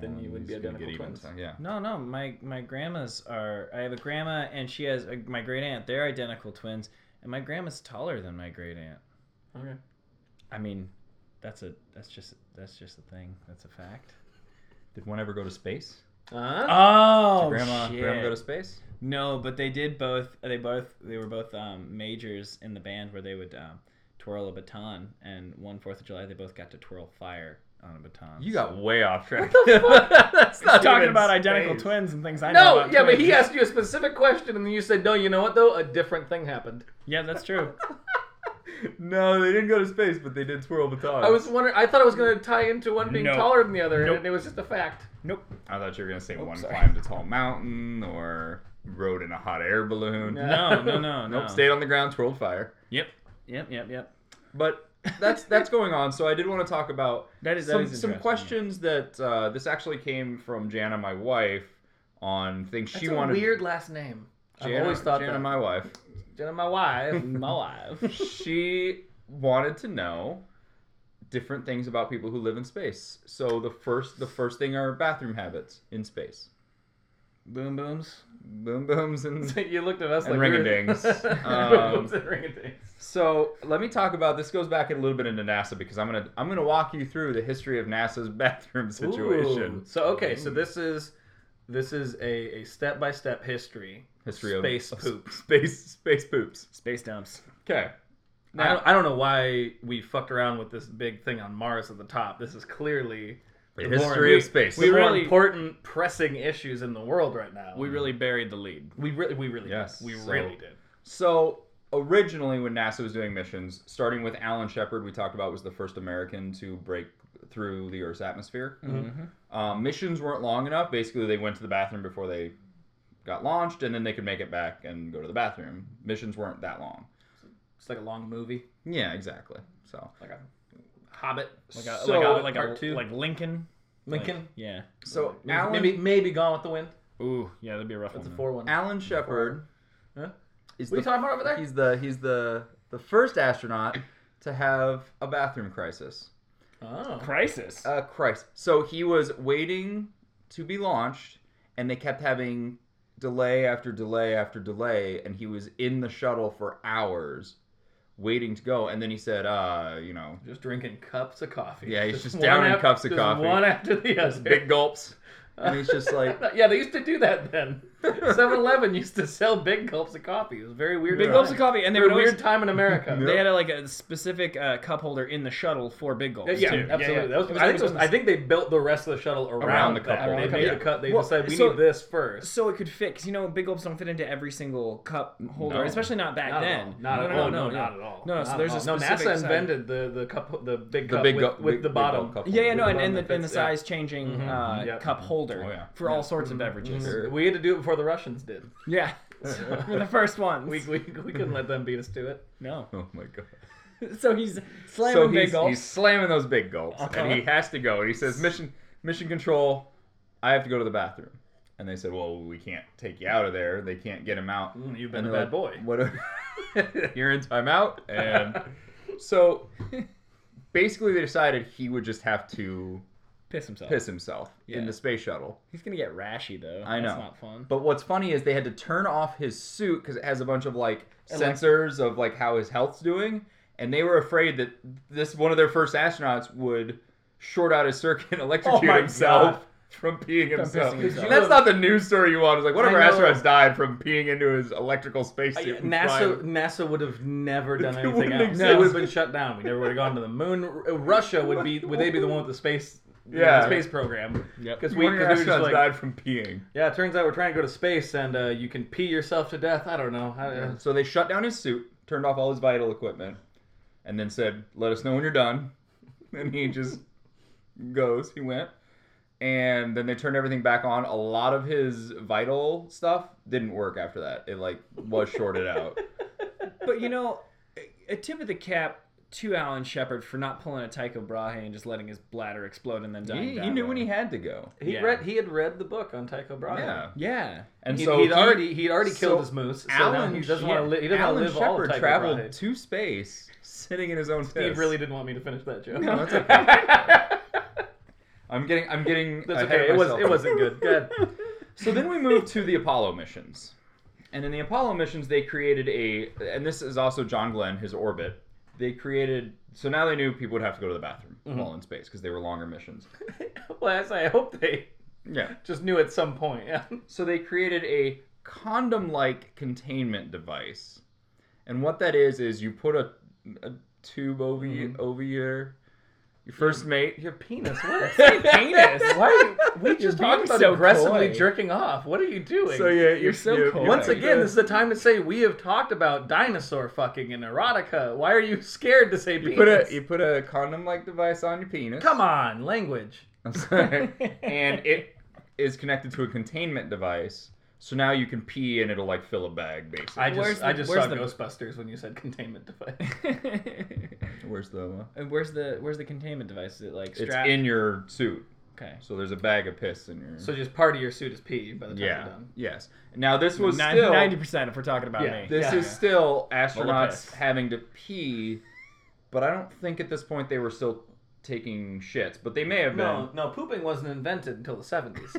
Speaker 2: Then you would be
Speaker 3: Um, He's gonna
Speaker 2: identical twins.
Speaker 3: so- yeah.
Speaker 1: No, no. My my grandmas are. I have a grandma, and she has a, my great aunt. They're identical twins, and my grandma's taller than my great aunt.
Speaker 2: Okay.
Speaker 1: I mean, that's a that's just that's just a thing. That's a fact.
Speaker 3: Did one ever go to space?
Speaker 2: Uh,
Speaker 1: Oh,
Speaker 3: grandma,
Speaker 1: shit.
Speaker 3: grandma go to space?
Speaker 1: No, but they did both. They both. They were both um, majors in the band where they would um, twirl a baton. And one Fourth of July, they both got to twirl fire on a baton.
Speaker 3: You
Speaker 1: So-
Speaker 3: got way off track. What the fuck? That's not
Speaker 1: We're talking
Speaker 3: even
Speaker 1: about identical
Speaker 3: space.
Speaker 1: twins and things. I know.
Speaker 2: no,
Speaker 1: about
Speaker 2: yeah, but
Speaker 1: twins.
Speaker 2: he asked you a specific question, and then you said, "No, you know what though? A different thing happened."
Speaker 1: Yeah, that's true.
Speaker 3: No, they didn't go to space, but they did twirl batons.
Speaker 2: I was wondering. I thought it was going to tie into one being
Speaker 1: No.
Speaker 2: taller than the other,
Speaker 1: Nope.
Speaker 2: and it was just a fact.
Speaker 1: nope.
Speaker 3: I thought you were gonna say one
Speaker 1: sorry.
Speaker 3: climbed a tall mountain or rode in a hot air balloon.
Speaker 2: No.
Speaker 1: No, no, no, no.
Speaker 3: Nope, stayed on the ground, twirled fire.
Speaker 1: Yep. Yep. Yep. Yep.
Speaker 3: But that's that's going on. So I did want to talk about
Speaker 1: That is that
Speaker 3: some
Speaker 1: is
Speaker 3: some
Speaker 1: interesting,
Speaker 3: questions that uh, this actually came from Jana, my wife, on things
Speaker 2: That's
Speaker 3: she
Speaker 2: a
Speaker 3: wanted.
Speaker 2: weird last name.
Speaker 3: Jana,
Speaker 2: I've always thought
Speaker 3: Jana,
Speaker 2: that.
Speaker 3: my wife.
Speaker 2: Jenna, my wife.
Speaker 1: yeah. My life.
Speaker 3: she wanted to know different things about people who live in space. So the first the first thing are bathroom habits in space.
Speaker 1: Boom booms.
Speaker 3: Boom booms and
Speaker 2: you looked at us
Speaker 3: And
Speaker 2: like we were-
Speaker 3: ring-a-dings. Um,
Speaker 2: Booms and ring-a-dings.
Speaker 3: So let me talk about this. Goes back a little bit into NASA because I'm gonna I'm gonna walk you through the history of NASA's bathroom
Speaker 2: Ooh.
Speaker 3: situation.
Speaker 2: So okay, so this is this is a, a step-by-step history
Speaker 3: History of
Speaker 2: space
Speaker 3: of
Speaker 2: poop.
Speaker 3: s- Space space poops.
Speaker 1: Space dumps.
Speaker 3: Okay.
Speaker 2: I don't, I don't know why we fucked around with this big thing on Mars at the top. This is clearly
Speaker 3: The
Speaker 2: more-
Speaker 3: history
Speaker 2: we-
Speaker 3: of space.
Speaker 2: we
Speaker 1: The
Speaker 2: more
Speaker 1: really-
Speaker 2: important pressing issues in the world right now.
Speaker 1: We really buried the lead.
Speaker 2: we really we really
Speaker 3: Yes,
Speaker 2: did. we
Speaker 3: so-
Speaker 2: really did.
Speaker 3: So originally, when NASA was doing missions, starting with Alan Shepard, we talked about was the first American to break through the Earth's atmosphere.
Speaker 1: mm-hmm.
Speaker 3: Um, missions weren't long enough. Basically, they went to the bathroom before they got launched, and then they could make it back and go to the bathroom. Missions weren't that long.
Speaker 2: It's like a long movie,
Speaker 3: Yeah, exactly. So
Speaker 2: like a Hobbit,
Speaker 4: Like a,
Speaker 3: So,
Speaker 4: like a, like a,
Speaker 2: part two.
Speaker 4: like Lincoln.
Speaker 2: Lincoln.
Speaker 1: Yeah.
Speaker 3: so
Speaker 2: Maybe,
Speaker 3: Alan
Speaker 2: maybe maybe Gone with the Wind.
Speaker 4: Ooh, yeah, that'd be a rough
Speaker 2: That's a
Speaker 4: one.
Speaker 2: four one.
Speaker 3: Alan Shepard
Speaker 2: Huh?
Speaker 3: is
Speaker 2: What are you
Speaker 3: the-
Speaker 2: talking about over there?
Speaker 3: He's the he's the the first astronaut to have a bathroom crisis.
Speaker 2: Oh.
Speaker 1: Crisis.
Speaker 3: Uh, Christ. So he was waiting to be launched, and they kept having delay after delay after delay, and he was in the shuttle for hours waiting to go. And then he said, uh, you know,
Speaker 2: Just drinking cups of coffee.
Speaker 3: Yeah, he's just
Speaker 2: one
Speaker 3: down in
Speaker 2: af-
Speaker 3: cups of
Speaker 2: just
Speaker 3: coffee.
Speaker 2: One after the other.
Speaker 3: big gulps. And he's just like,
Speaker 2: yeah, they used to do that then. 7 Eleven used to sell big gulps of coffee. It was a very weird.
Speaker 1: Big
Speaker 2: time.
Speaker 1: gulps of coffee, and they
Speaker 2: Very
Speaker 1: would
Speaker 2: weird
Speaker 1: always,
Speaker 2: time in America.
Speaker 1: they had a, like a specific uh, cup holder in the shuttle for big gulps.
Speaker 2: Uh, Yeah,
Speaker 1: too.
Speaker 2: absolutely.
Speaker 1: Yeah, yeah.
Speaker 2: That was,
Speaker 1: It was-
Speaker 2: I,
Speaker 1: it
Speaker 2: think
Speaker 1: was
Speaker 2: I think they built the rest of the shuttle around,
Speaker 3: Around the cup
Speaker 2: that.
Speaker 3: holder,
Speaker 2: They, made
Speaker 3: yeah.
Speaker 2: the cut, they
Speaker 1: Well,
Speaker 2: decided we
Speaker 1: so-
Speaker 2: need this first.
Speaker 1: so it could fit because you know big gulps don't fit into every single cup holder,
Speaker 3: No.
Speaker 1: especially not back
Speaker 2: Not at
Speaker 1: then.
Speaker 2: all. Not
Speaker 1: no,
Speaker 2: at
Speaker 1: no,
Speaker 2: all. Oh,
Speaker 1: No,
Speaker 2: No,
Speaker 1: no.
Speaker 2: not at all.
Speaker 1: No, no,
Speaker 2: Not
Speaker 1: so
Speaker 2: at
Speaker 1: there's a
Speaker 2: all. no. NASA
Speaker 1: specific size.
Speaker 2: invented the the cup, the big
Speaker 3: the
Speaker 2: cup
Speaker 3: big
Speaker 2: with,
Speaker 3: gulp.
Speaker 2: with
Speaker 3: big-
Speaker 2: the
Speaker 3: big
Speaker 2: bottom.
Speaker 3: gulp couple.
Speaker 1: Yeah, yeah, no,
Speaker 2: the
Speaker 1: and,
Speaker 2: one
Speaker 1: and
Speaker 2: that
Speaker 1: the, and the
Speaker 2: fits, yeah. Mm-hmm.
Speaker 1: size changing uh,
Speaker 2: Yep. Mm-hmm.
Speaker 1: cup holder
Speaker 3: Oh, yeah.
Speaker 1: for all sorts of beverages.
Speaker 3: Sure.
Speaker 2: We had to do it before the Russians did.
Speaker 1: Yeah, we're the first ones.
Speaker 2: We, we, we couldn't let them beat us to it.
Speaker 1: no,
Speaker 3: Oh my god.
Speaker 1: so he's slamming
Speaker 3: So
Speaker 1: big
Speaker 3: he's,
Speaker 1: gulps.
Speaker 3: he's slamming those big gulps, and he
Speaker 1: Uh-huh.
Speaker 3: has to go. And he says, "Mission, mission control, I have to go to the bathroom." And they said, "Well, we can't take you out of there. They can't get him out.
Speaker 2: Mm, You've been
Speaker 3: And
Speaker 2: a
Speaker 3: they're
Speaker 2: bad boy.
Speaker 3: like, What? You're in timeout." And so, basically, they decided he would just have to
Speaker 1: Piss himself.
Speaker 3: piss himself in
Speaker 1: Yeah.
Speaker 3: the space shuttle.
Speaker 1: He's gonna get rashy though.
Speaker 3: I
Speaker 1: That's
Speaker 3: know.
Speaker 1: not fun.
Speaker 3: But what's funny is they had to turn off his suit because it has a bunch of like sensors of like how his health's doing, and they were afraid that this one of their first astronauts would short out his circuit and electrocute
Speaker 2: Oh my
Speaker 3: himself
Speaker 2: God.
Speaker 3: from peeing himself.
Speaker 1: pissing himself.
Speaker 3: That's not the news story you want. It's like one of
Speaker 2: I
Speaker 3: our
Speaker 2: know.
Speaker 3: astronauts died from peeing into his electrical
Speaker 2: I-
Speaker 3: spacesuit. and
Speaker 2: NASA
Speaker 3: flying.
Speaker 2: NASA would have never done
Speaker 3: It
Speaker 2: anything
Speaker 3: wouldn't
Speaker 2: else.
Speaker 3: exist.
Speaker 2: It would have been shut down. We never would have gone to the moon. R- Russia would be would they be the one with the space
Speaker 3: Yeah.
Speaker 2: the space program?
Speaker 1: Yep.
Speaker 2: Because we,
Speaker 3: One
Speaker 2: 'cause
Speaker 3: of
Speaker 2: we
Speaker 3: your
Speaker 2: were just
Speaker 3: astronauts
Speaker 2: like,
Speaker 3: died from peeing.
Speaker 2: yeah. It turns out we're trying to go to space and uh, you can pee yourself to death. I don't know. I, uh,
Speaker 3: So they shut down his suit, turned off all his vital equipment, and then said, "Let us know when you're done." And he just goes. He went, and then they turned everything back on. A lot of his vital stuff didn't work after that. It like was shorted out.
Speaker 1: But you know, a- a tip of the cap to Alan Shepard for not pulling a Tycho Brahe and just letting his bladder explode and then dying.
Speaker 3: He, he
Speaker 1: that
Speaker 3: knew
Speaker 1: way.
Speaker 3: when he had to go.
Speaker 2: he
Speaker 1: Yeah.
Speaker 2: read he had read the book on Tycho Brahe.
Speaker 3: Yeah,
Speaker 1: Yeah.
Speaker 3: and
Speaker 2: He'd,
Speaker 3: so
Speaker 2: he'd
Speaker 3: he-
Speaker 2: already he'd already killed
Speaker 3: so
Speaker 2: his moose. So
Speaker 3: Alan
Speaker 2: now he doesn't want to
Speaker 3: Shep-
Speaker 2: live. He doesn't want
Speaker 3: Alan
Speaker 2: to live all of
Speaker 3: Shepard
Speaker 2: Tycho
Speaker 3: traveled
Speaker 2: Brahe.
Speaker 3: to space, sitting in his own.
Speaker 2: He
Speaker 3: piss.
Speaker 2: really didn't want me to finish that joke.
Speaker 3: No, that's okay. I'm getting. I'm getting.
Speaker 2: That's
Speaker 3: ahead
Speaker 2: okay.
Speaker 3: of
Speaker 2: It was
Speaker 3: myself.
Speaker 2: it wasn't good. Good.
Speaker 3: So then we moved to the Apollo missions. And in the Apollo missions, they created a, and this is also John Glenn, his orbit. They created, so now they knew people would have to go to the bathroom while in space because they were longer missions.
Speaker 2: well, I say I hope they
Speaker 3: Yeah.
Speaker 2: just knew at some point. Yeah.
Speaker 3: So they created a condom like containment device. And what that is, is you put a, a tube over, you, over your, your first mate.
Speaker 2: Your penis. What?
Speaker 1: Penis.
Speaker 2: Why? Are you, we just talked about aggressively
Speaker 1: coy.
Speaker 2: jerking off. What are you doing?
Speaker 1: You're so cool.
Speaker 2: Once again, this is the time to say we have talked about dinosaur fucking and erotica. Why are you scared to say
Speaker 3: You
Speaker 2: penis?
Speaker 3: put a you put a condom like device on your penis.
Speaker 2: Come on, language.
Speaker 3: I'm sorry. and it is connected to a containment device. So now you can pee and it'll like fill a bag basically.
Speaker 2: I just
Speaker 1: Where's the-
Speaker 2: I just
Speaker 1: where's
Speaker 2: saw
Speaker 1: the-
Speaker 2: Ghostbusters when you said containment device.
Speaker 3: Where's the uh,
Speaker 1: And where's the where's the containment device? Is it like
Speaker 3: It's
Speaker 1: strapped?
Speaker 3: in your suit.
Speaker 1: okay.
Speaker 3: So there's a bag of piss in your
Speaker 2: so just part of your suit is pee by the time
Speaker 3: Yeah.
Speaker 2: you're done.
Speaker 3: Yes. Now this was still
Speaker 1: Ninety percent if we're talking about
Speaker 2: Yeah.
Speaker 1: me.
Speaker 3: this
Speaker 2: Yeah.
Speaker 3: is still
Speaker 1: piss.
Speaker 3: astronauts having to pee, but I don't think at this point they were still taking shits, but they may have been.
Speaker 2: No, no, pooping wasn't invented until the seventies.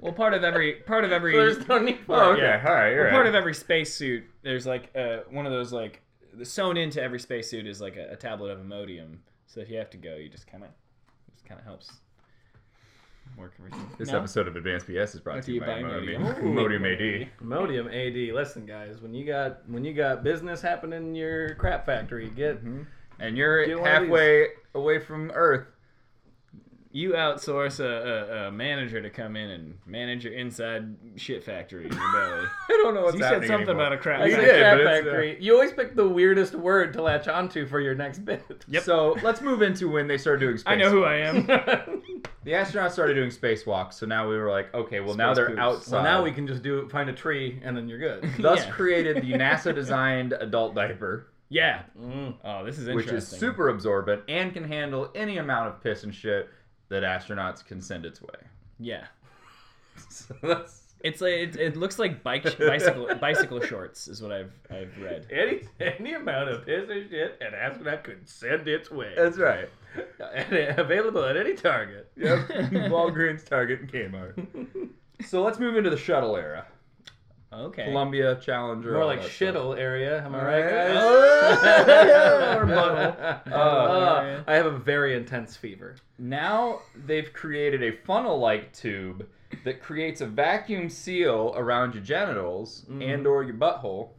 Speaker 1: Well, part of every part of every
Speaker 2: There's no need for
Speaker 3: Oh,
Speaker 2: it.
Speaker 3: okay. All right. All
Speaker 1: Well,
Speaker 3: right.
Speaker 1: part of every spacesuit, there's like uh, one of those like the- sewn into every spacesuit is like a, a tablet of Imodium. So if you have to go, you just kind of, just kind of helps. Work everything.
Speaker 3: This
Speaker 1: No?
Speaker 3: episode of Advanced BS is brought
Speaker 1: What
Speaker 3: to
Speaker 1: do
Speaker 3: you
Speaker 1: you
Speaker 3: by
Speaker 1: buy,
Speaker 3: Modium.
Speaker 1: Modium?
Speaker 3: Modium AD.
Speaker 2: Modium AD. Listen, guys, when you got when you got business happening in your crap factory, get
Speaker 3: And
Speaker 2: Get
Speaker 3: you're
Speaker 2: one of these.
Speaker 3: halfway away from Earth.
Speaker 1: You outsource a, a, a manager to come in and manage your inside shit factory in your belly.
Speaker 3: I don't know what's
Speaker 1: you said
Speaker 3: happening
Speaker 1: something
Speaker 3: anymore.
Speaker 1: about a crap.
Speaker 3: I
Speaker 2: I
Speaker 3: You
Speaker 2: said
Speaker 1: factory.
Speaker 3: did,
Speaker 2: crap
Speaker 3: but it's, uh,
Speaker 2: factory. You always pick the weirdest word to latch onto for your next bit.
Speaker 4: Yep.
Speaker 3: So let's move into when they started doing space.
Speaker 1: I know who I am.
Speaker 3: The astronauts started doing spacewalks, so now we were like, okay, well now
Speaker 1: Space
Speaker 3: they're
Speaker 1: poops.
Speaker 3: outside.
Speaker 2: So now we can just do find a tree and then you're good.
Speaker 3: thus
Speaker 1: Yeah.
Speaker 3: created the NASA designed adult diaper,
Speaker 1: yeah.
Speaker 2: Mm.
Speaker 1: Oh, this is interesting.
Speaker 3: which is super absorbent and can handle any amount of piss and shit that astronauts can send its way.
Speaker 1: Yeah.
Speaker 3: So that's
Speaker 1: It's like it, it looks like bike bicycle bicycle shorts is what I've I've read.
Speaker 2: Any any amount of piss or shit an astronaut could send its way.
Speaker 3: that's right.
Speaker 2: And available at any target.
Speaker 3: Yep. Walgreens, Target, and Kmart. So let's move into the shuttle era.
Speaker 1: Okay.
Speaker 3: Columbia, Challenger.
Speaker 2: More
Speaker 3: all
Speaker 2: like
Speaker 3: that stuff.
Speaker 2: shittle area. Am I right, guys?
Speaker 3: Oh,
Speaker 1: Or muddle.
Speaker 2: Oh,
Speaker 1: area.
Speaker 2: I have a very intense fever.
Speaker 3: Now they've created a funnel-like tube that creates a vacuum seal around your genitals
Speaker 2: Mm-hmm.
Speaker 3: and or your butthole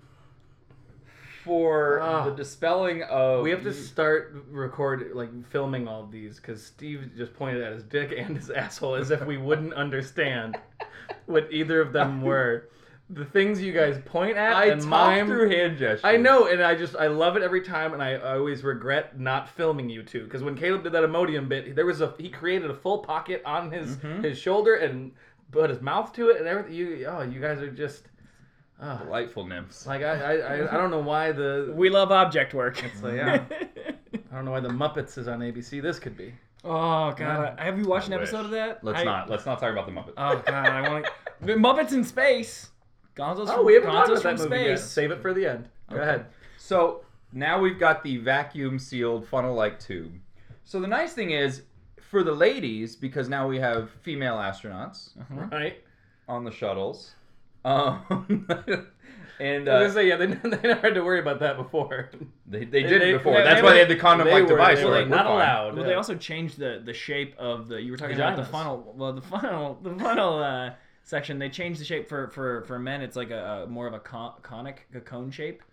Speaker 3: for
Speaker 2: Ah.
Speaker 3: the dispelling of
Speaker 2: We have to start record like filming all of these because Steve just pointed at his dick and his asshole as if we wouldn't understand what either of them were. The things you guys point at
Speaker 3: I
Speaker 2: and
Speaker 3: talk
Speaker 2: mime.
Speaker 3: through hand gestures.
Speaker 2: I know, and I just I love it every time, and I, I always regret not filming you two because when Caleb did that Imodium bit, there was a he created a full pocket on his his shoulder and put his mouth to it and everything. You oh, you guys are just oh,
Speaker 3: Delightful nymphs.
Speaker 2: like I, I I I don't know why the
Speaker 1: We love object work.
Speaker 2: So yeah, I don't know why the Muppets is on ABC. This could be.
Speaker 1: Oh god, I- have you watched an
Speaker 3: I wish.
Speaker 1: episode of that?
Speaker 3: Let's
Speaker 1: I-
Speaker 3: not. Let's not talk about the Muppets.
Speaker 2: Uh.
Speaker 1: Oh god, I want to. The Muppets in space. Gonzo's
Speaker 2: Oh,
Speaker 1: from,
Speaker 2: we haven't
Speaker 1: Gonzo's
Speaker 2: talked about that
Speaker 1: from
Speaker 2: movie yet.
Speaker 1: space.
Speaker 2: Save it for the end. Go ahead.
Speaker 3: So now we've got the vacuum sealed funnel like tube. So the nice thing is for the ladies, because now we have female astronauts
Speaker 2: Right.
Speaker 3: on the shuttles. Um, and
Speaker 2: I
Speaker 3: uh,
Speaker 2: was gonna say yeah, they, they never had to worry about that before.
Speaker 3: they, they
Speaker 2: They-
Speaker 3: did
Speaker 2: they-
Speaker 3: it before.
Speaker 2: they-
Speaker 3: That's
Speaker 2: they
Speaker 3: why
Speaker 2: were-
Speaker 3: they had the condom like
Speaker 2: were-
Speaker 3: device.
Speaker 2: they
Speaker 3: We're
Speaker 2: were
Speaker 3: like, we're
Speaker 2: not
Speaker 3: fine.
Speaker 2: allowed.
Speaker 1: Well, they also changed the the shape of the. You were talking about
Speaker 2: Vaginas.
Speaker 1: the funnel. Well, the funnel, the funnel uh, section. They changed the shape for for for men. It's like a, a more of a con- conic, a cone shape,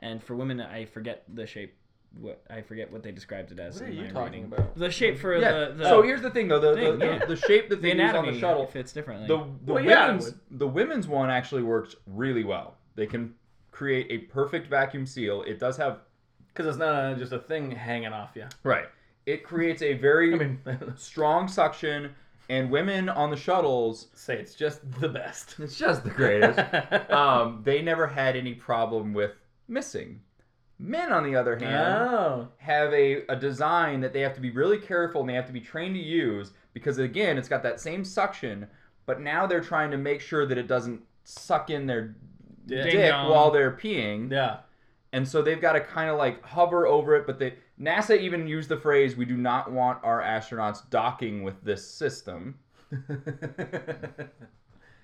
Speaker 1: and for women, I forget the shape. What I forget what they described it as.
Speaker 2: What are
Speaker 1: in
Speaker 2: you
Speaker 1: my
Speaker 2: talking
Speaker 1: reading.
Speaker 2: about?
Speaker 1: The shape for
Speaker 3: Yeah.
Speaker 1: the, the
Speaker 3: so here's the thing, though the
Speaker 1: thing,
Speaker 3: the,
Speaker 1: yeah.
Speaker 3: the, the shape that
Speaker 1: the
Speaker 3: they use on
Speaker 1: anatomy
Speaker 3: the shuttle,
Speaker 1: fits differently.
Speaker 3: the the
Speaker 2: Well, yeah, it
Speaker 3: women's
Speaker 2: would.
Speaker 3: the women's one actually works really well. They can create a perfect vacuum seal. It does have
Speaker 2: Because it's not uh, just a thing hanging off you.
Speaker 3: right. It creates a very
Speaker 2: I mean,
Speaker 3: strong suction, and women on the shuttles.
Speaker 2: say it's just the best.
Speaker 3: It's just the greatest. um, they never had any problem with missing. Men, on the other hand,
Speaker 2: Oh.
Speaker 3: have a, a design that they have to be really careful and they have to be trained to use because, again, it's got that same suction, but now they're trying to make sure that it doesn't suck in their
Speaker 2: Yeah.
Speaker 3: dick
Speaker 1: Ding dong.
Speaker 3: while they're peeing.
Speaker 2: Yeah.
Speaker 3: And so they've got to kind of like hover over it, but they. NASA even used the phrase, we do not want our astronauts docking with this system. Um,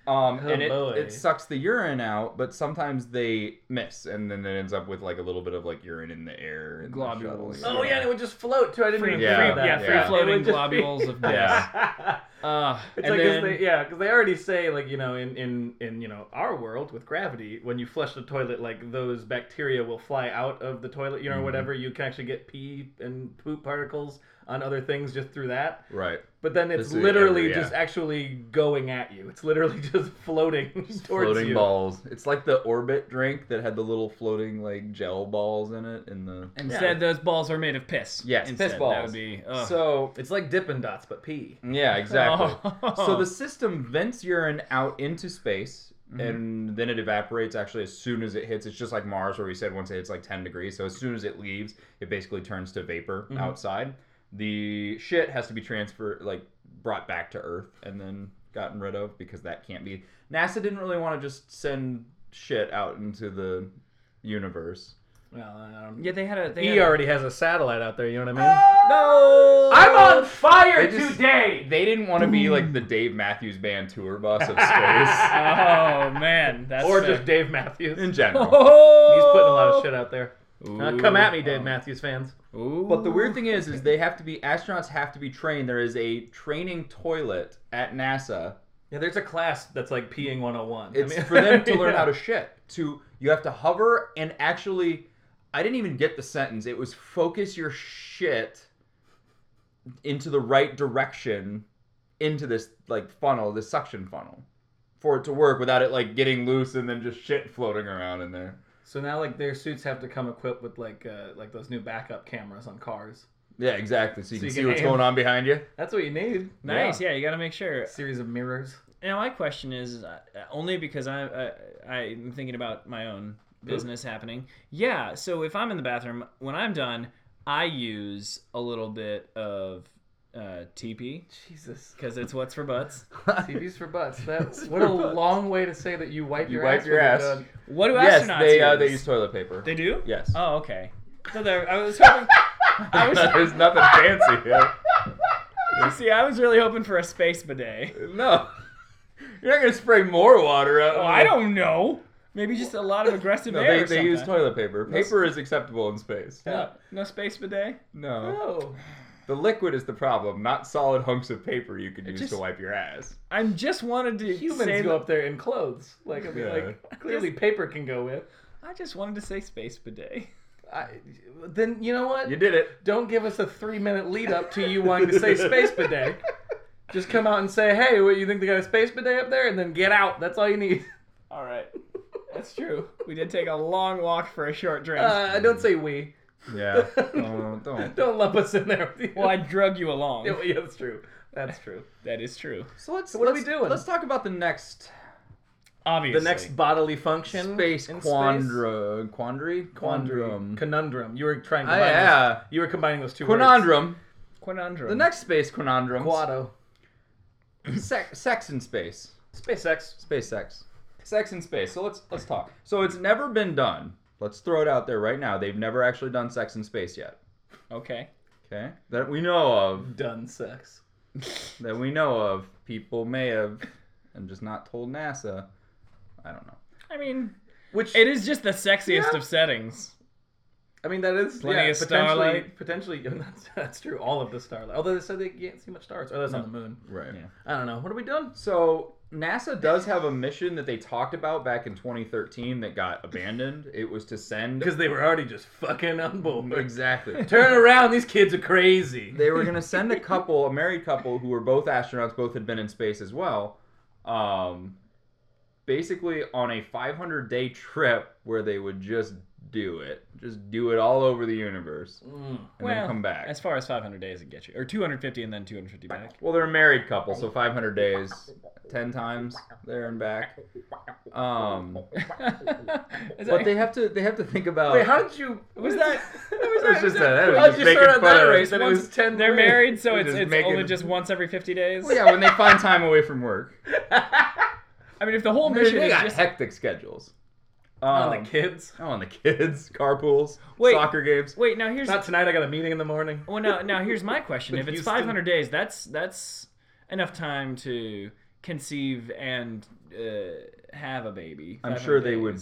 Speaker 2: Oh,
Speaker 3: and it,
Speaker 2: boy.
Speaker 3: it sucks the urine out, but sometimes they miss, and then it ends up with like a little bit of like urine in the air. and the
Speaker 1: Globules.
Speaker 3: shuttle,
Speaker 2: oh yeah, and it would just float too. I didn't
Speaker 1: Free-
Speaker 2: even
Speaker 3: Yeah.
Speaker 2: think
Speaker 3: free-
Speaker 2: about that.
Speaker 3: yeah, free Yeah.
Speaker 1: floating
Speaker 2: It would just
Speaker 1: globules
Speaker 2: be-
Speaker 1: of
Speaker 3: Yeah.
Speaker 1: Uh,
Speaker 2: It's
Speaker 3: And
Speaker 2: like 'cause
Speaker 3: then-
Speaker 2: they, yeah, because they already say like you know in, in in you know our world with gravity when you flush the toilet like those bacteria will fly out of the toilet
Speaker 3: Mm-hmm.
Speaker 2: you know or whatever you can actually get pee and poop particles on other things just through that
Speaker 3: Right.
Speaker 2: but then it's
Speaker 3: This is-
Speaker 2: literally
Speaker 3: yeah.
Speaker 2: just actually going at you it's literally just floating towards
Speaker 3: floating
Speaker 2: you
Speaker 3: balls. It's like the orbit drink that had the little floating like gel balls in it, and the
Speaker 1: Instead, those balls are made of piss.
Speaker 3: Yes,
Speaker 1: Instead,
Speaker 3: piss balls.
Speaker 1: That would be. ugh.
Speaker 3: so
Speaker 2: it's like Dippin' Dots but pee
Speaker 3: yeah, exactly.
Speaker 1: Oh.
Speaker 3: So the system vents urine out into space. And then it evaporates actually as soon as it hits. It's just like Mars, where we said once it hits like 10 degrees. So as soon as it leaves, it basically turns to vapor outside. The shit has to be transferred, like brought back to Earth and then gotten rid of because that can't be. NASA didn't really want to just send shit out into the universe.
Speaker 2: Well, um, I don't
Speaker 1: Yeah, they had a. Oh! They
Speaker 2: He
Speaker 1: had a-
Speaker 2: already has a satellite out there. You know what I mean?
Speaker 1: No.
Speaker 2: Oh, I'm on fire
Speaker 3: They just-
Speaker 2: today.
Speaker 3: They didn't want to be like the Dave Matthews Band tour bus of space
Speaker 1: Oh man, that's
Speaker 2: Or
Speaker 1: fair.
Speaker 2: just Dave Matthews.
Speaker 3: in
Speaker 2: He's
Speaker 3: general.
Speaker 1: Oh.
Speaker 2: putting a lot of shit out there. Uh, come at me, Dave
Speaker 1: Oh.
Speaker 2: Matthews fans.
Speaker 1: Ooh.
Speaker 3: But the weird thing is, is they have to be astronauts have to be trained. There is a training toilet at NASA.
Speaker 2: Yeah, there's a class that's like oh peeing 101.
Speaker 3: It's for them to learn how to shit. To you have to hover and actually, I didn't even get the sentence. It was focus your shit into the right direction into this like funnel, this suction funnel, for it to work without it like getting loose and then just shit floating around in there.
Speaker 2: So now like their suits have to come equipped with like uh, like those new backup cameras on cars.
Speaker 3: Yeah, exactly. So you
Speaker 2: So
Speaker 3: can
Speaker 2: you
Speaker 3: see
Speaker 2: can
Speaker 3: what's
Speaker 2: aim.
Speaker 3: going on behind you.
Speaker 2: That's what you need.
Speaker 1: Nice. Yeah, you got to make sure.
Speaker 2: Series of mirrors.
Speaker 1: Now my question is uh, only because I, I I'm thinking about my own business happening. Yeah, so if I'm in the bathroom when I'm done, I use a little bit of uh, TP
Speaker 2: Jesus.
Speaker 1: because it's what's for butts.
Speaker 2: TV's for butts. That, what a
Speaker 3: butts.
Speaker 2: long way to say that you wipe
Speaker 3: You
Speaker 2: your
Speaker 3: wipe
Speaker 2: ass.
Speaker 3: your
Speaker 2: when you're
Speaker 3: ass.
Speaker 2: done.
Speaker 1: What do
Speaker 3: yes,
Speaker 1: astronauts
Speaker 3: they
Speaker 1: use?
Speaker 3: uh, they use toilet paper.
Speaker 1: They do.
Speaker 3: yes.
Speaker 1: Oh, okay. So there, I was hoping. I was,
Speaker 3: There's nothing fancy. here.
Speaker 1: see, I was really hoping for a space bidet.
Speaker 3: No. You're not gonna spray more water out.
Speaker 1: Oh, I don't know. Maybe just a lot of aggressive
Speaker 3: No,
Speaker 1: air.
Speaker 3: they,
Speaker 1: or
Speaker 3: they use
Speaker 1: something.
Speaker 3: toilet paper. Paper is acceptable in space.
Speaker 1: No, no space bidet.
Speaker 3: No.
Speaker 2: Oh.
Speaker 3: The liquid is the problem, not solid hunks of paper you can use
Speaker 1: just-
Speaker 3: to wipe your ass.
Speaker 1: I just wanted to say
Speaker 2: Humans
Speaker 1: that-
Speaker 2: go up there in clothes. Like I mean, like clearly paper can go with.
Speaker 1: I just wanted to say space bidet.
Speaker 2: I, then you know what?
Speaker 3: You did it.
Speaker 2: Don't give us a three-minute lead up to you wanting to say space bidet. Just come out and say, "Hey, what you think they got a space bidet up there?" And then get out. That's all you need.
Speaker 1: All right, that's true. We did take a long walk for a short drink.
Speaker 2: Uh, don't say we.
Speaker 3: Yeah. oh, don't.
Speaker 2: Don't lump us in there. With you.
Speaker 1: well, I drug you along.
Speaker 2: yeah, that's true. That's true.
Speaker 1: That is true.
Speaker 3: So let's.
Speaker 2: what are we
Speaker 3: let's-
Speaker 2: doing?
Speaker 3: Let's talk about the next
Speaker 1: Obviously,
Speaker 2: The next bodily function.
Speaker 3: space
Speaker 2: in
Speaker 3: quandra quandary
Speaker 2: Quandrum. Conundrum. You were trying to
Speaker 3: Ah,
Speaker 2: combine those-
Speaker 3: yeah.
Speaker 2: You were combining those two words.
Speaker 3: Quinondrum.
Speaker 1: conundrum.
Speaker 3: The next space quinondrum.
Speaker 2: Quado.
Speaker 3: Sec- sex in space.
Speaker 2: SpaceX.
Speaker 3: Space sex. Sex in space. So let's let's talk. So it's never been done. Let's throw it out there right now. They've never actually done sex in space yet.
Speaker 1: Okay.
Speaker 3: Okay? That we know of.
Speaker 2: Done sex.
Speaker 3: that we know of, people may have, and just not told NASA. I don't know.
Speaker 1: I mean,
Speaker 2: Which
Speaker 1: it is just the sexiest
Speaker 2: Yeah.
Speaker 1: of settings.
Speaker 2: I mean, that is
Speaker 1: Plenty
Speaker 2: yeah,
Speaker 1: of
Speaker 2: potentially,
Speaker 1: starlight.
Speaker 2: potentially that's, that's true. All of the starlight. Although they said they can't see much stars. Oh, that's on the moon.
Speaker 3: Right.
Speaker 1: Yeah.
Speaker 2: I don't know. What are we doing?
Speaker 3: So NASA does have a mission that they talked about back in 2013 that got abandoned. It was to send
Speaker 2: Because they were already just fucking on board.
Speaker 3: exactly.
Speaker 2: Turn around. These kids are crazy.
Speaker 3: they were gonna send a couple, a married couple who were both astronauts, both had been in space as well. Um, basically on a 500 day trip where they would just do it, just do it all over the universe,
Speaker 2: Mm.
Speaker 3: and then come back.
Speaker 1: As far as 500 days, it gets you, or 250 and then 250 back.
Speaker 3: Well, they're a married couple, so 500 days, 10 times there and back. Um,
Speaker 1: Is
Speaker 3: but
Speaker 1: that-
Speaker 3: they have to they have to think about.
Speaker 2: Wait, how did you?
Speaker 1: was that?
Speaker 3: It was just that. that was
Speaker 2: How
Speaker 3: just
Speaker 2: did you
Speaker 3: making
Speaker 2: start on
Speaker 3: fun
Speaker 2: that
Speaker 3: of
Speaker 2: race?
Speaker 3: it.
Speaker 2: That it was ten.
Speaker 1: They're married, so
Speaker 3: They're
Speaker 1: it's
Speaker 3: just
Speaker 1: it's
Speaker 3: making-
Speaker 1: only just once every 50 days.
Speaker 3: Well, yeah, when they find time away from work,
Speaker 1: I mean, if the whole
Speaker 3: they,
Speaker 1: mission is
Speaker 3: got
Speaker 1: just
Speaker 3: hectic schedules. Um,
Speaker 2: on the kids.
Speaker 3: oh, on the kids, carpools,
Speaker 1: Wait.
Speaker 3: soccer games.
Speaker 1: wait. Now here's
Speaker 2: Not tonight. I got a meeting in the morning.
Speaker 1: Well, now, now here's my question: If it's
Speaker 2: Houston.
Speaker 1: 500 days, that's that's enough time to conceive and uh, have a baby.
Speaker 3: I'm
Speaker 1: 500
Speaker 3: sure they
Speaker 1: days.
Speaker 3: would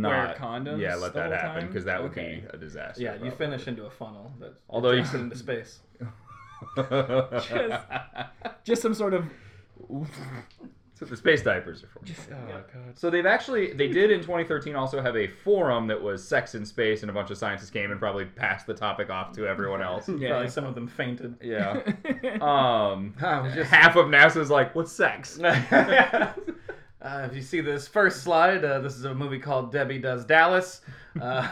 Speaker 3: not
Speaker 1: condoms
Speaker 3: Yeah, let
Speaker 1: the
Speaker 3: that
Speaker 1: whole
Speaker 3: happen
Speaker 1: time?
Speaker 3: because that would
Speaker 1: Okay.
Speaker 3: be a disaster.
Speaker 2: Yeah, you finish into a funnel. That
Speaker 3: Although you
Speaker 2: drops
Speaker 3: can-
Speaker 2: into space.
Speaker 3: probably.
Speaker 1: Just- Just some sort of. Oh
Speaker 3: That's what the space diapers are for.
Speaker 2: Oh,
Speaker 1: God.
Speaker 3: So they've actually they did in 2013 also have a forum that was sex in space and a bunch of scientists came and probably passed the topic off to everyone else.
Speaker 1: Yeah.
Speaker 2: Probably some of them fainted.
Speaker 3: Yeah. Um
Speaker 2: Ah, we just-
Speaker 3: half of NASA's like, "What's sex?" Oh,
Speaker 2: uh, if you see this first slide, uh, this is a movie called Debbie Does Dallas. Uh,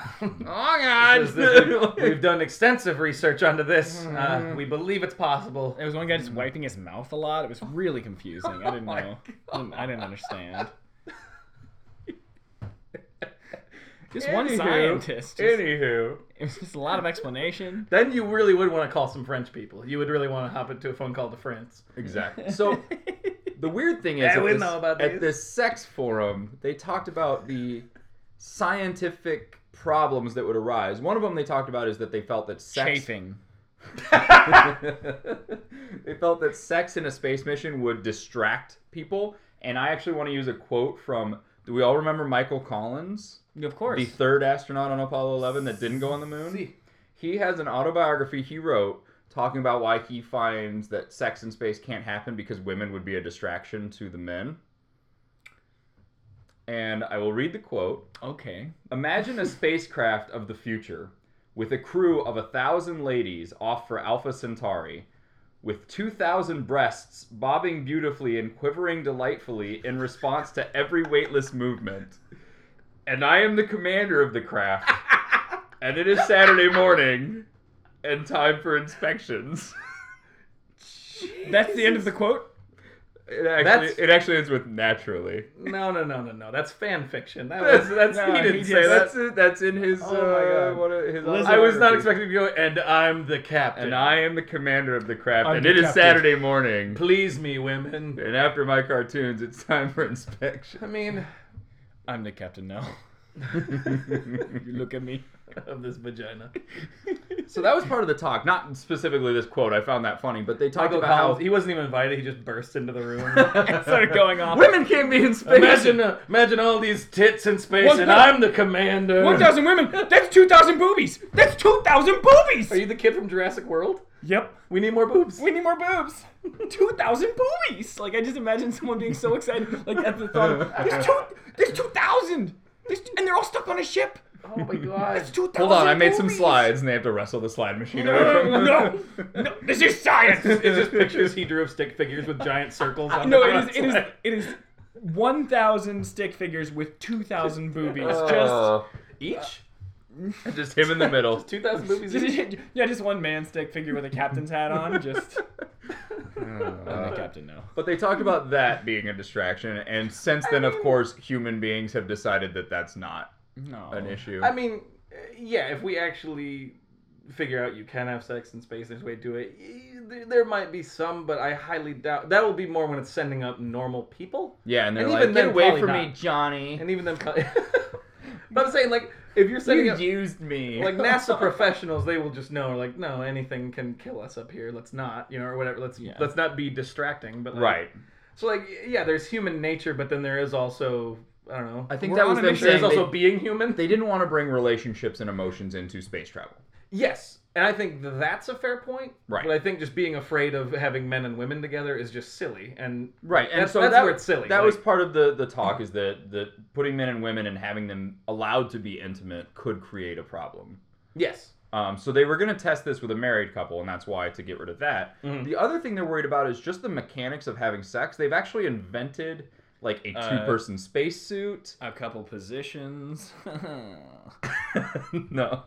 Speaker 3: Oh
Speaker 2: this- this-
Speaker 3: god.
Speaker 2: we've done extensive research onto this.
Speaker 3: Mm-hmm.
Speaker 2: Uh, we believe it's possible.
Speaker 1: there was one guy just wiping his mouth a lot. It was really confusing. I didn't
Speaker 3: Oh my
Speaker 1: know. I didn't, I didn't understand. Just one
Speaker 3: Anywho.
Speaker 1: scientist. Just,
Speaker 3: Anywho,
Speaker 1: it was just a lot of explanation.
Speaker 2: Then you really would want to call some French people. You would really want to hop into a phone call to France.
Speaker 3: exactly. So the weird thing is,
Speaker 2: Yeah,
Speaker 3: at,
Speaker 2: we
Speaker 3: this,
Speaker 2: know about
Speaker 3: at
Speaker 2: these.
Speaker 3: this sex forum, they talked about the scientific problems that would arise. One of them they talked about is that they felt that sex
Speaker 1: Chafing.
Speaker 3: they felt that sex in a space mission would distract people. And I actually want to use a quote from do we all remember Michael Collins,
Speaker 1: Of course.
Speaker 3: the third astronaut on Apollo 11 that didn't go on the moon? He has an autobiography he wrote talking about why he finds that sex in space can't happen because women would be a distraction to the men. And I will read the quote.
Speaker 1: okay.
Speaker 3: Imagine a spacecraft of the future with a crew of a thousand ladies off for Alpha Centauri, with 2,000 breasts bobbing beautifully and quivering delightfully in response to every weightless movement. And I am the commander of the craft, and it is Saturday morning and time for inspections.
Speaker 1: That's the end of the quote.
Speaker 3: It
Speaker 2: That's-
Speaker 3: actually, it actually ends with naturally.
Speaker 2: No, no, no, no, no. That's fan fiction. That
Speaker 3: That's,
Speaker 2: was.
Speaker 3: that's,
Speaker 1: Oh, No,
Speaker 3: he didn't
Speaker 1: he
Speaker 3: say
Speaker 1: just-
Speaker 3: that's it. That's in his.
Speaker 2: Oh my
Speaker 3: uh,
Speaker 2: God.
Speaker 3: one of his
Speaker 4: Listen-
Speaker 2: I was not
Speaker 3: autobiography.
Speaker 2: expecting to go. And I'm the captain.
Speaker 3: And I am the commander of the craft,
Speaker 4: I'm
Speaker 3: and
Speaker 4: the
Speaker 3: it is
Speaker 4: captain.
Speaker 3: Saturday morning.
Speaker 2: please me, women.
Speaker 3: And after my cartoons, it's time for inspection.
Speaker 2: I mean,
Speaker 1: I'm the captain now. You look at me.
Speaker 2: of this vagina.
Speaker 3: so that was part of the talk, not specifically this quote. I found that funny, but they talked
Speaker 2: Michael
Speaker 3: about
Speaker 2: Collins.
Speaker 3: how
Speaker 2: He wasn't even invited. He just burst into the room.
Speaker 1: It started going off.
Speaker 3: women can't be in space.
Speaker 2: imagine, uh, imagine all these tits in space,
Speaker 1: One
Speaker 2: and
Speaker 1: thou-
Speaker 2: I'm the commander.
Speaker 1: One thousand women. That's two thousand boobies. That's two thousand
Speaker 2: Are
Speaker 1: boobies.
Speaker 2: you the kid from Jurassic World?
Speaker 1: Yep.
Speaker 2: We need more boobs.
Speaker 1: We need more boobs. Two thousand boobies. Like I just imagine someone being so excited, like at the thought. Of, there's two. There's two thousand. There's, and they're all stuck on a ship.
Speaker 2: oh my god.
Speaker 1: It's two thousand.
Speaker 3: Hold on, I made some slides, and they have to wrestle the slide machine.
Speaker 1: No,
Speaker 3: away from them.
Speaker 1: no, no, this is science.
Speaker 2: It's just pictures he drew of stick figures with giant circles on
Speaker 1: No,
Speaker 2: the
Speaker 1: it is. It is. It is. One thousand stick figures with two thousand boobies.
Speaker 3: Oh.
Speaker 2: each?
Speaker 3: just him in the middle.
Speaker 2: 2,000 movies
Speaker 1: Just,
Speaker 2: each?
Speaker 1: yeah, just one man stick figure with a captain's hat on. Just I'm the
Speaker 3: Uh,
Speaker 1: captain now.
Speaker 3: but they talked about that being a distraction, and since then, of course, human beings have decided that that's not
Speaker 1: No.
Speaker 3: an issue.
Speaker 2: I mean, uh, yeah, if we actually figure out you can have sex in space, there's a way to do it. y- there- There might be some, but I highly doubt. That will be more when it's sending up normal people.
Speaker 3: yeah, and they're
Speaker 2: and
Speaker 3: like,
Speaker 2: even
Speaker 3: "Get
Speaker 2: then,
Speaker 3: away
Speaker 2: probably
Speaker 3: from
Speaker 2: not."
Speaker 3: me, Johnny."
Speaker 2: And even then. probably- but I'm saying, like, if you're sending
Speaker 3: you
Speaker 2: up.
Speaker 3: used me.
Speaker 2: Like NASA professionals, they will just know, like, no, anything can kill us up here. Let's not, you know, or whatever. Let's
Speaker 1: Yeah.
Speaker 2: let's not be distracting. But like,
Speaker 3: right.
Speaker 2: So like, yeah, there's human nature, but then there is also, I don't know.
Speaker 3: I think
Speaker 1: We're
Speaker 3: that
Speaker 1: on
Speaker 3: was
Speaker 1: a
Speaker 3: them
Speaker 1: mission.
Speaker 3: saying
Speaker 2: there's
Speaker 3: they,
Speaker 2: also being human.
Speaker 3: they didn't want to bring relationships and emotions into space travel.
Speaker 2: Yes, and I think that's a fair point.
Speaker 3: Right.
Speaker 2: But I think just being afraid of having men and women together is just silly. And
Speaker 3: Right, and
Speaker 2: That's-
Speaker 3: so
Speaker 2: that's
Speaker 3: that,
Speaker 2: where it's silly,
Speaker 3: That
Speaker 2: like-
Speaker 3: was part of the the talk is that that putting men and women and having them allowed to be intimate could create a problem.
Speaker 2: yes,
Speaker 3: Um, so they were going to test this with a married couple, and that's why to get rid of that.
Speaker 2: Mhm.
Speaker 3: The other thing they're worried about is just the mechanics of having sex. They've actually invented like a
Speaker 1: Uh,
Speaker 3: two person spacesuit.
Speaker 1: A couple positions.
Speaker 3: no,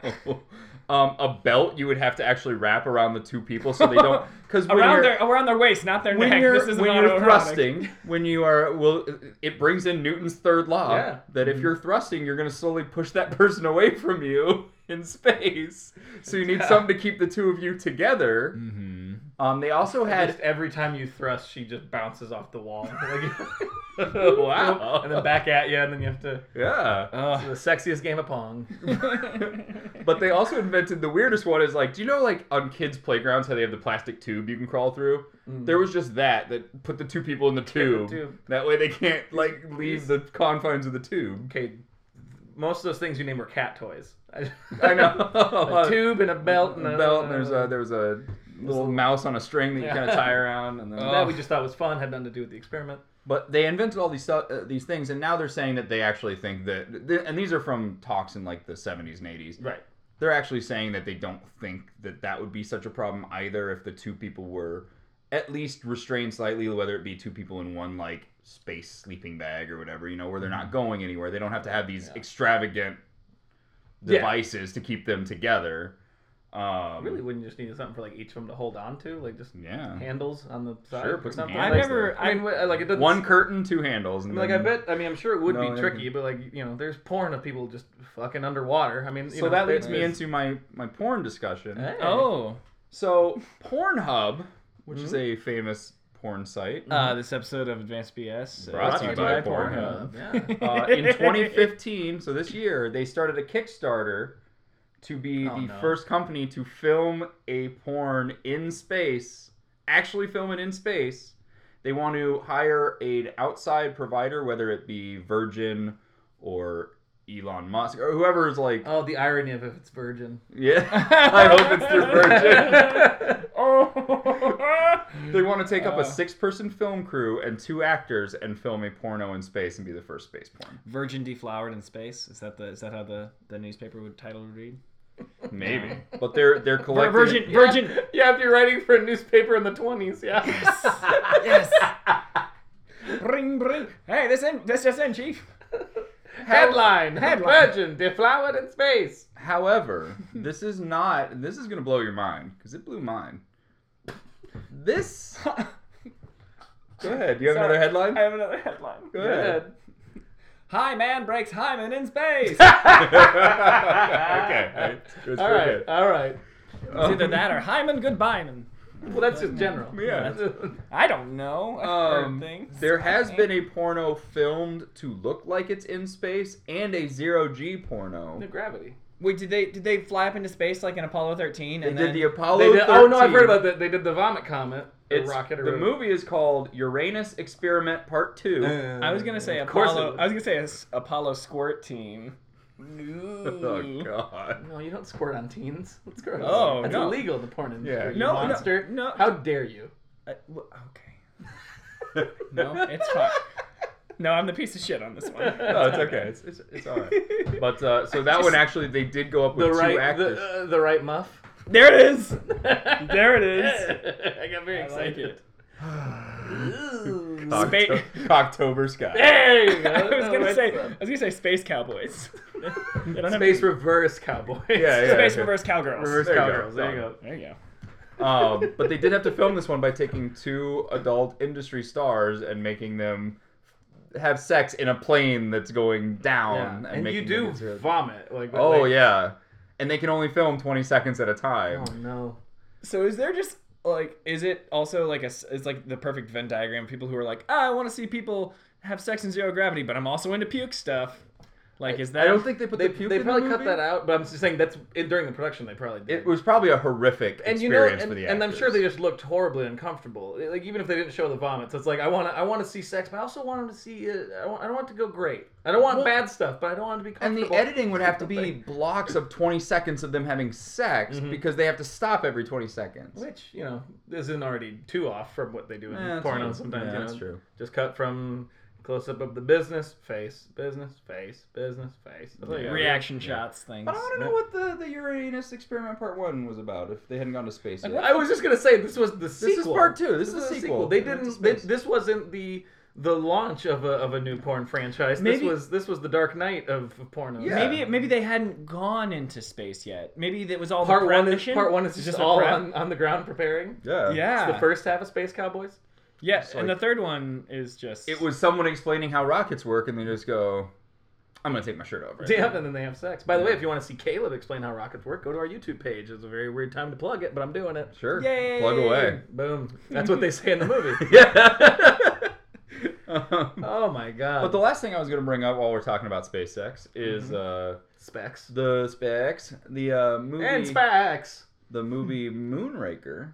Speaker 3: um, a belt you would have to actually wrap around the two people so they don't because
Speaker 1: around their around their waist, not their
Speaker 3: when
Speaker 1: neck.
Speaker 3: you're,
Speaker 1: This is
Speaker 3: when
Speaker 1: not
Speaker 3: you're
Speaker 1: autoerotic.
Speaker 3: thrusting, when you are, well, it brings in Newton's third law
Speaker 2: Yeah.
Speaker 3: that if you're thrusting, you're going to slowly push that person away from you in space. So you need something to keep the two of you together. Um, they also
Speaker 2: just
Speaker 3: had.
Speaker 2: every time you thrust, she just bounces off the wall. Like,
Speaker 3: Wow.
Speaker 2: And then back at you, and then you have to.
Speaker 3: Yeah.
Speaker 2: It's the sexiest game of pong.
Speaker 3: But they also invented the weirdest one is like, do you know, like on kids' playgrounds, how they have the plastic tube you can crawl through? There was just that that put the two people in the tube.
Speaker 2: tube.
Speaker 3: That way they can't, like, leave the confines of the tube.
Speaker 2: Okay, most of those things you named were cat toys. I,
Speaker 3: I know. Uh,
Speaker 2: a tube and a belt and a
Speaker 3: belt. And there's a there was a little mouse on a string that you
Speaker 2: Yeah.
Speaker 3: kind of tie around, and then
Speaker 1: Oh.
Speaker 2: that we just thought was fun had nothing to do with the experiment.
Speaker 3: but they invented all these stuff, uh, these things, and now they're saying that they actually think that, th- and these are from talks in like the 70s and 80s.
Speaker 2: Right.
Speaker 3: They're actually saying that they don't think that that would be such a problem either if the two people were at least restrained slightly, whether it be two people in one like space sleeping bag or whatever, you know, where they're
Speaker 2: Mm-hmm.
Speaker 3: not going anywhere. They don't have to have these extravagant
Speaker 2: Yeah.
Speaker 3: devices to keep them together. Um,
Speaker 2: Really, wouldn't you just need something for like each of them to hold on to, like just
Speaker 3: Yeah.
Speaker 2: handles on the side
Speaker 3: Mm. Sure,
Speaker 2: or
Speaker 3: put some
Speaker 2: something.
Speaker 3: handles
Speaker 2: like,
Speaker 1: I've never-
Speaker 2: I mean, wh- like it doesn't.
Speaker 3: One curtain, two handles, and
Speaker 2: Like I
Speaker 3: then-
Speaker 2: bet. I mean, I'm sure it would
Speaker 3: No,
Speaker 2: be
Speaker 3: yeah,
Speaker 2: tricky,
Speaker 3: yeah.
Speaker 2: but like you know, there's porn of people just fucking underwater. I mean, you
Speaker 3: So
Speaker 2: know,
Speaker 3: that leads me
Speaker 2: there's-
Speaker 3: into my my porn discussion.
Speaker 2: Hey.
Speaker 1: Oh.
Speaker 3: Hmm? So Pornhub, which is a famous porn site.
Speaker 1: Uh, this episode of Advanced BS uh,
Speaker 3: Brought to you by Pornhub.
Speaker 2: Yeah.
Speaker 3: Uh, in 2015, so this year, they started a Kickstarter to be
Speaker 2: Oh,
Speaker 3: the
Speaker 2: no.
Speaker 3: first company to film a porn in space, actually film it in space. They want to hire an outside provider, whether it be Virgin or Elon Musk or whoever's like,
Speaker 2: Oh, the irony of if it's virgin.
Speaker 3: yeah, I hope it's through Virgin.
Speaker 4: oh.
Speaker 3: they want to take up
Speaker 1: Uh.
Speaker 3: a six-person film crew and two actors and film a porno in space and be the first space porn.
Speaker 1: Virgin deflowered in space. Is that the is that how the, the newspaper would title would read?
Speaker 3: Maybe, but they're they're collecting.
Speaker 1: virgin, virgin.
Speaker 2: Yeah, if you're writing for a newspaper in the 20s, yeah.
Speaker 1: Yes. bring, bring. Hey, this end. This just end, chief.
Speaker 2: Headline,
Speaker 1: Headline.
Speaker 2: Virgin deflowered in space.
Speaker 3: However, this is not. This is gonna blow your mind because it blew mine. This. Go ahead. Do you have another headline?
Speaker 1: I have another headline.
Speaker 3: Go ahead.
Speaker 1: High man breaks hymen in space.
Speaker 3: okay. all right, It was
Speaker 2: All
Speaker 3: pretty
Speaker 2: right, Uh, all right.
Speaker 3: good.
Speaker 1: It's either
Speaker 3: Um,
Speaker 1: that or hymen goodbye. man.
Speaker 2: Well, that's just general.
Speaker 3: Yeah.
Speaker 1: I don't know. I've heard
Speaker 3: Um,
Speaker 1: things.
Speaker 3: there has
Speaker 1: Okay.
Speaker 3: been a porno filmed to look like it's in space and a zero G porno.
Speaker 2: New gravity.
Speaker 1: Wait, did they did they fly up into space like in Apollo 13?
Speaker 3: They
Speaker 1: And
Speaker 3: did
Speaker 1: then,
Speaker 3: the Apollo.
Speaker 2: They did, oh no, I've
Speaker 3: 13.
Speaker 2: heard about that. They did the vomit comet, or
Speaker 3: It's,
Speaker 2: rocket, or
Speaker 3: the
Speaker 2: whatever.
Speaker 3: movie is called Uranus Experiment Part Two.
Speaker 2: Uh,
Speaker 1: I was gonna say
Speaker 2: Of course it
Speaker 1: Apollo.
Speaker 2: would.
Speaker 1: I was gonna say a s- Apollo squirt team.
Speaker 3: oh God.
Speaker 2: No, you don't squirt on teens. That's gross.
Speaker 1: Oh,
Speaker 2: that's
Speaker 1: no.
Speaker 2: illegal in the porn industry.
Speaker 3: Yeah.
Speaker 2: you
Speaker 1: No, no,
Speaker 2: monster.
Speaker 1: no.
Speaker 2: How dare you?
Speaker 1: I- well, Uh, okay. No, it's fine. No, I'm the piece of shit on this one.
Speaker 3: No, it's okay. It's it's, it's all right. But uh, so that one actually they did go up with
Speaker 2: The
Speaker 3: two
Speaker 2: right,
Speaker 3: actors.
Speaker 2: the, uh, the right muff.
Speaker 1: There it is.
Speaker 2: there
Speaker 1: There it is.
Speaker 2: I got very
Speaker 1: I like
Speaker 2: excited.
Speaker 1: it.
Speaker 2: Ooh.
Speaker 1: Cock.
Speaker 3: Octo- October Sky.
Speaker 2: There you go.
Speaker 1: I was
Speaker 2: No,
Speaker 1: gonna
Speaker 2: that's
Speaker 1: say. I
Speaker 2: fun.
Speaker 1: was gonna say space cowboys. They don't have-
Speaker 2: space reverse cowboys.
Speaker 3: Yeah, yeah.
Speaker 1: space
Speaker 3: okay.
Speaker 1: reverse cowgirls.
Speaker 2: Reverse
Speaker 3: There you go.
Speaker 2: cowgirls. There you go.
Speaker 1: There you go.
Speaker 3: Um, but they did have to film this one by taking two adult industry stars and making them have sex in a plane that's going down.
Speaker 2: Yeah.
Speaker 3: And,
Speaker 2: And,
Speaker 3: making
Speaker 2: you do
Speaker 3: them get-
Speaker 2: vomit. Like
Speaker 3: Oh
Speaker 2: like-
Speaker 3: yeah, and they can only film twenty seconds at a time.
Speaker 2: Oh no.
Speaker 1: So is there just like is it also like a s- it's like the perfect Venn diagram? People who are like, ah, I want to see people have sex in zero gravity, but I'm also into puke stuff. Like, is that?
Speaker 3: I don't think they put
Speaker 2: They,
Speaker 3: the puke
Speaker 2: they
Speaker 3: in
Speaker 2: probably
Speaker 3: the
Speaker 2: cut
Speaker 3: movie.
Speaker 2: that out, but I'm just saying that's it, during the production they probably did.
Speaker 3: It was probably a horrific
Speaker 2: and
Speaker 3: experience
Speaker 2: you know, and,
Speaker 3: for the actors.
Speaker 2: and I'm sure they just looked horribly uncomfortable. It- Like even if they didn't show the vomits, it's like I want to, I want to see sex, but I also want 'em to see. Uh, I, want, I don't want it to go great. I don't want
Speaker 3: Well-
Speaker 2: bad stuff, but I don't want it to be
Speaker 3: And
Speaker 2: comfortable.
Speaker 3: the editing would have to be blocks of 20 seconds of them having sex because they have to stop every 20 seconds.
Speaker 2: which you know isn't already too off from what they do in
Speaker 3: Yeah, that's
Speaker 2: porno
Speaker 3: true.
Speaker 2: sometimes.
Speaker 3: Yeah,
Speaker 2: you know?
Speaker 3: that's true.
Speaker 2: Just cut from close up of the business face, business face, business face. That's all you gotta do.
Speaker 1: reaction shots things.
Speaker 3: But I want to know what the, the Uranus experiment part one was about if they hadn't gone to space yet.
Speaker 2: I was just gonna say this was the sequel.
Speaker 3: is part two. This is a
Speaker 2: the
Speaker 3: sequel.
Speaker 2: They
Speaker 3: They went to
Speaker 2: didn't. They,
Speaker 3: space.
Speaker 2: this wasn't the the launch of a of a new porn franchise.
Speaker 1: Maybe-
Speaker 2: this was this was the Dark Knight of pornos.
Speaker 3: Yeah.
Speaker 1: Maybe maybe they hadn't gone into space yet. Maybe that was all
Speaker 2: Part
Speaker 1: the prep
Speaker 2: one is
Speaker 1: mission?
Speaker 2: part one is
Speaker 1: It's
Speaker 2: just,
Speaker 1: a
Speaker 2: all
Speaker 1: prep?
Speaker 2: on, on the ground preparing.
Speaker 3: Yeah.
Speaker 1: Yeah,
Speaker 2: It's the first half of Space Cowboys.
Speaker 1: Yeah,
Speaker 3: It's
Speaker 1: and
Speaker 3: like-
Speaker 1: the third one is just
Speaker 3: It was someone explaining how rockets work, and they just go, I'm going to take my shirt off. Right now."
Speaker 2: Damn, and then they have sex. By the way, if you want to see Caleb explain how rockets work, go to our YouTube page. It's a very weird time to plug it, but I'm doing it.
Speaker 3: Sure.
Speaker 1: Yay.
Speaker 3: Plug away.
Speaker 2: Boom. That's what they say in the movie.
Speaker 3: Yeah. Um,
Speaker 2: Oh my god.
Speaker 3: but the last thing I was going to bring up while we're talking about SpaceX is
Speaker 2: Mm-hmm.
Speaker 3: uh,
Speaker 2: specs.
Speaker 3: the specs. The uh, movie.
Speaker 2: And specs.
Speaker 3: the movie Moonraker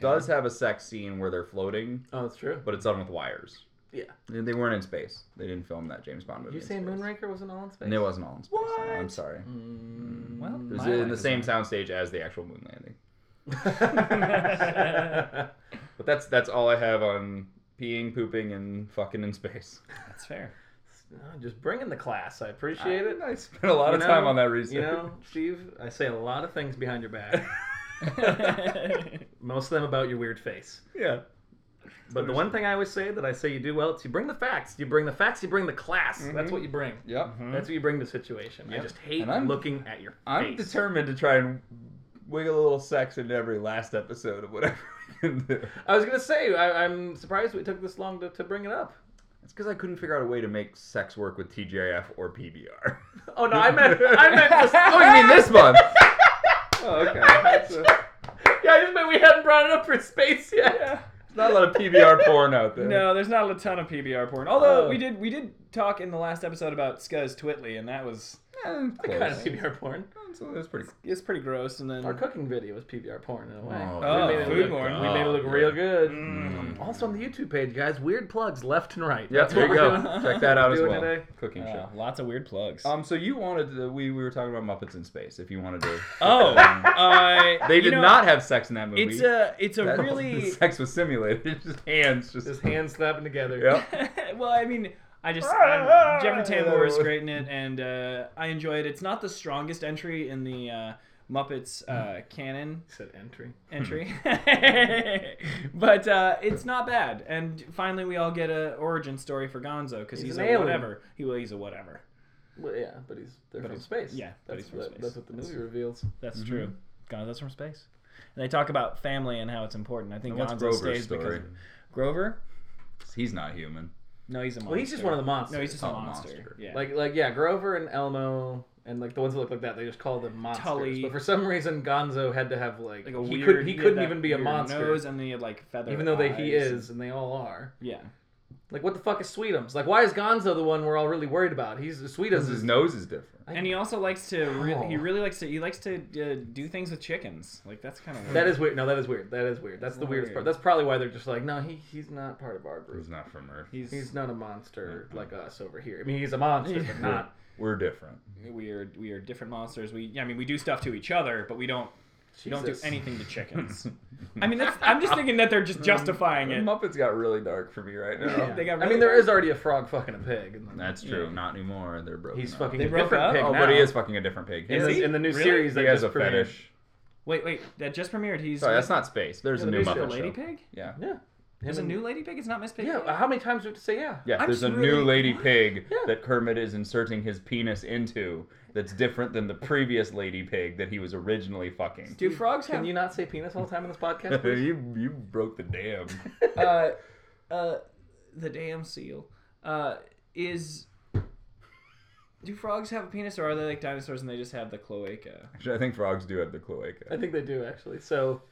Speaker 3: does have a sex scene where they're floating,
Speaker 2: Oh, that's true.
Speaker 3: but it's done with wires.
Speaker 2: Yeah.
Speaker 3: They they weren't in space. They didn't film that James Bond movie.
Speaker 2: You
Speaker 3: in
Speaker 2: saying
Speaker 3: space.
Speaker 2: Moonraker wasn't all in space?
Speaker 3: And it wasn't all in space.
Speaker 1: What?
Speaker 3: I'm sorry.
Speaker 2: Mm.
Speaker 1: Well,
Speaker 3: It was
Speaker 1: my
Speaker 3: in
Speaker 1: life
Speaker 3: the
Speaker 1: is
Speaker 3: same
Speaker 1: not-
Speaker 3: soundstage as the actual moon landing.
Speaker 2: That's
Speaker 3: But that's that's all I have on peeing, pooping, and fucking in space.
Speaker 1: That's fair.
Speaker 2: Just bringing the class. I appreciate it.
Speaker 3: I spent a lot of
Speaker 2: You
Speaker 3: time
Speaker 2: know-
Speaker 3: on that research.
Speaker 2: You know, Steve, I say a lot of things behind your back. Most of them about your weird face.
Speaker 3: yeah.
Speaker 2: But the one thing I always say that I say you do well is you bring the facts. You bring the facts, you bring the class. That's what you bring.
Speaker 3: Yep.
Speaker 2: That's what you bring to the situation. I just hate
Speaker 3: Mm-hmm. And I'm-
Speaker 2: looking at your
Speaker 3: I'm
Speaker 2: face.
Speaker 3: determined to try and wiggle a little sex into every last episode of whatever we can do.
Speaker 2: I was going to say, I, I'm surprised we took this long to, to bring it up.
Speaker 3: It's because I couldn't figure out a way to make sex work with TGIF or PBR.
Speaker 2: Oh, no, I meant, I meant just.
Speaker 3: oh, you mean this month? oh, okay. That's, uh,
Speaker 2: Yeah, I just meant we hadn't brought it up for space yet.
Speaker 3: Not a lot of PBR porn out there. Eh,
Speaker 1: No, there's not a ton of PBR porn. Although
Speaker 3: Uh.
Speaker 2: Oh.
Speaker 1: we did we did talk in the last episode about Scuzz Twitley, and that was
Speaker 3: Eh, close.
Speaker 2: kind of PBR porn.
Speaker 3: So that's pretty.
Speaker 1: it's pretty gross. And then
Speaker 2: Our cooking video was PBR porn in a way.
Speaker 3: Oh,
Speaker 1: Oh,
Speaker 2: we made it
Speaker 1: food
Speaker 2: look,
Speaker 1: porn.
Speaker 2: We made it look
Speaker 3: Oh,
Speaker 2: real
Speaker 3: yeah.
Speaker 2: good.
Speaker 1: Mm.
Speaker 3: Mm.
Speaker 2: Also on the YouTube page, guys, weird plugs left and right.
Speaker 3: Yep,
Speaker 2: That's
Speaker 3: there
Speaker 2: what
Speaker 3: you
Speaker 2: we're
Speaker 3: go.
Speaker 2: doing.
Speaker 3: Check that out as
Speaker 2: Doing
Speaker 3: well.
Speaker 2: today.
Speaker 3: Cooking
Speaker 1: Uh,
Speaker 3: show.
Speaker 1: lots of weird plugs.
Speaker 3: Um, so you wanted to, we we were talking about Muppets in Space. If you wanted to, Um,
Speaker 1: oh, uh,
Speaker 3: they
Speaker 1: you
Speaker 3: did
Speaker 1: know,
Speaker 3: not have sex in that movie.
Speaker 1: It's a it's a
Speaker 3: That- the
Speaker 1: really
Speaker 3: sex was simulated. It's just hands, just
Speaker 2: Just hands snapping together.
Speaker 3: Yep.
Speaker 1: well, I mean, I just I'm, Jeffrey Tambor is great in it, and uh, I enjoy it. It's not the strongest entry in the uh, Muppets uh,
Speaker 2: Hmm.
Speaker 1: canon
Speaker 2: He said entry.
Speaker 1: entry, but uh, it's not bad. And finally, we all get a origin story for Gonzo because
Speaker 2: He's
Speaker 1: he's,
Speaker 2: an
Speaker 1: a
Speaker 2: alien.
Speaker 1: whatever. He well, he's a whatever.
Speaker 2: Well, yeah, but he's they're from
Speaker 1: he's-
Speaker 2: space.
Speaker 1: yeah, but
Speaker 2: that's
Speaker 1: he's from
Speaker 2: what,
Speaker 1: space.
Speaker 2: That's what the movie reveals.
Speaker 1: That's true. Gonzo's from space, and they talk about family and how it's important. I think
Speaker 3: What's
Speaker 1: Gonzo
Speaker 3: Grover's
Speaker 1: stays
Speaker 3: story?
Speaker 1: because Grover.
Speaker 3: He's not human.
Speaker 1: No, he's a monster.
Speaker 2: Well, he's just one of the monsters.
Speaker 1: No, he's just
Speaker 3: Oh,
Speaker 1: a monster.
Speaker 3: monster.
Speaker 1: Yeah.
Speaker 2: Like like yeah, Grover and Elmo and like the ones that look like that, they just call them monsters.
Speaker 1: Tully.
Speaker 2: But for some reason, Gonzo had to have like,
Speaker 1: like a
Speaker 2: he
Speaker 1: weird.
Speaker 2: could he
Speaker 1: had
Speaker 2: couldn't
Speaker 1: that
Speaker 2: even be a
Speaker 1: weird
Speaker 2: monster,
Speaker 1: Nose and then he had like feather.
Speaker 2: even though they, he
Speaker 1: eyes.
Speaker 2: is and they all are.
Speaker 1: Yeah.
Speaker 2: Like what the fuck is Sweetums? Like why is Gonzo the one we're all really worried about? He's Sweetums
Speaker 3: Because his
Speaker 2: is
Speaker 3: nose is different.
Speaker 1: And he also likes to. Re- he
Speaker 2: Oh.
Speaker 1: really likes to. He likes to uh, do things with chickens. Like that's kind of weird.
Speaker 2: that is weird. No, that is weird. That is weird. That's the weirdest
Speaker 1: Weird.
Speaker 2: part. That's probably why they're just like, no, he he's not part of our group.
Speaker 3: He's not from Earth.
Speaker 1: He's,
Speaker 2: He's not a monster like us over here. I mean, he's a monster, but
Speaker 3: We're-
Speaker 2: not.
Speaker 3: We're different.
Speaker 1: we are we are different monsters. We I mean we do stuff to each other, but we don't we don't do
Speaker 2: Jesus.
Speaker 1: anything to chickens. I mean that's I'm just thinking that they're just justifying
Speaker 3: The
Speaker 1: it.
Speaker 3: Muppets got really dark for me right now.
Speaker 2: Yeah.
Speaker 1: They got
Speaker 2: I
Speaker 1: really-
Speaker 2: mean, there is already a frog fucking a pig. And then
Speaker 3: That's true. Not anymore. They're broken.
Speaker 2: he's
Speaker 3: up.
Speaker 2: fucking
Speaker 1: They
Speaker 2: a
Speaker 1: broke
Speaker 2: different
Speaker 1: up?
Speaker 2: pig
Speaker 3: Oh,
Speaker 2: now.
Speaker 3: but he is fucking a different pig.
Speaker 2: in,
Speaker 1: Is
Speaker 2: the,
Speaker 1: he?
Speaker 2: in the new
Speaker 1: Really?
Speaker 2: series.
Speaker 3: he
Speaker 2: that
Speaker 3: has a
Speaker 2: just premiered.
Speaker 3: fetish.
Speaker 1: Wait wait that just premiered. He's
Speaker 3: Sorry, that's not space. There's
Speaker 2: Yeah,
Speaker 3: a
Speaker 2: the
Speaker 3: new
Speaker 2: new
Speaker 1: a
Speaker 3: Muppet
Speaker 2: show.
Speaker 1: lady
Speaker 3: show.
Speaker 1: pig.
Speaker 3: Yeah.
Speaker 2: Yeah.
Speaker 1: There's a
Speaker 2: Him and-
Speaker 1: new lady pig. It's not Miss Pig.
Speaker 2: Yeah. uh,
Speaker 1: yet?
Speaker 2: How many times do we have to say yeah?
Speaker 3: Yeah,
Speaker 1: I'm
Speaker 3: there's a
Speaker 1: just
Speaker 3: new
Speaker 1: really-
Speaker 3: lady pig that Kermit is inserting his penis into that's different than the previous lady pig that he was originally fucking.
Speaker 1: do frogs have
Speaker 2: Can you not say penis all the time in this podcast? please?
Speaker 3: you, you broke the dam.
Speaker 1: uh, uh, the damn seal uh, is. Do frogs have a penis, or are they like dinosaurs and they just have the cloaca?
Speaker 3: Actually, I think frogs do have the
Speaker 2: I
Speaker 3: cloaca.
Speaker 2: think they do actually. So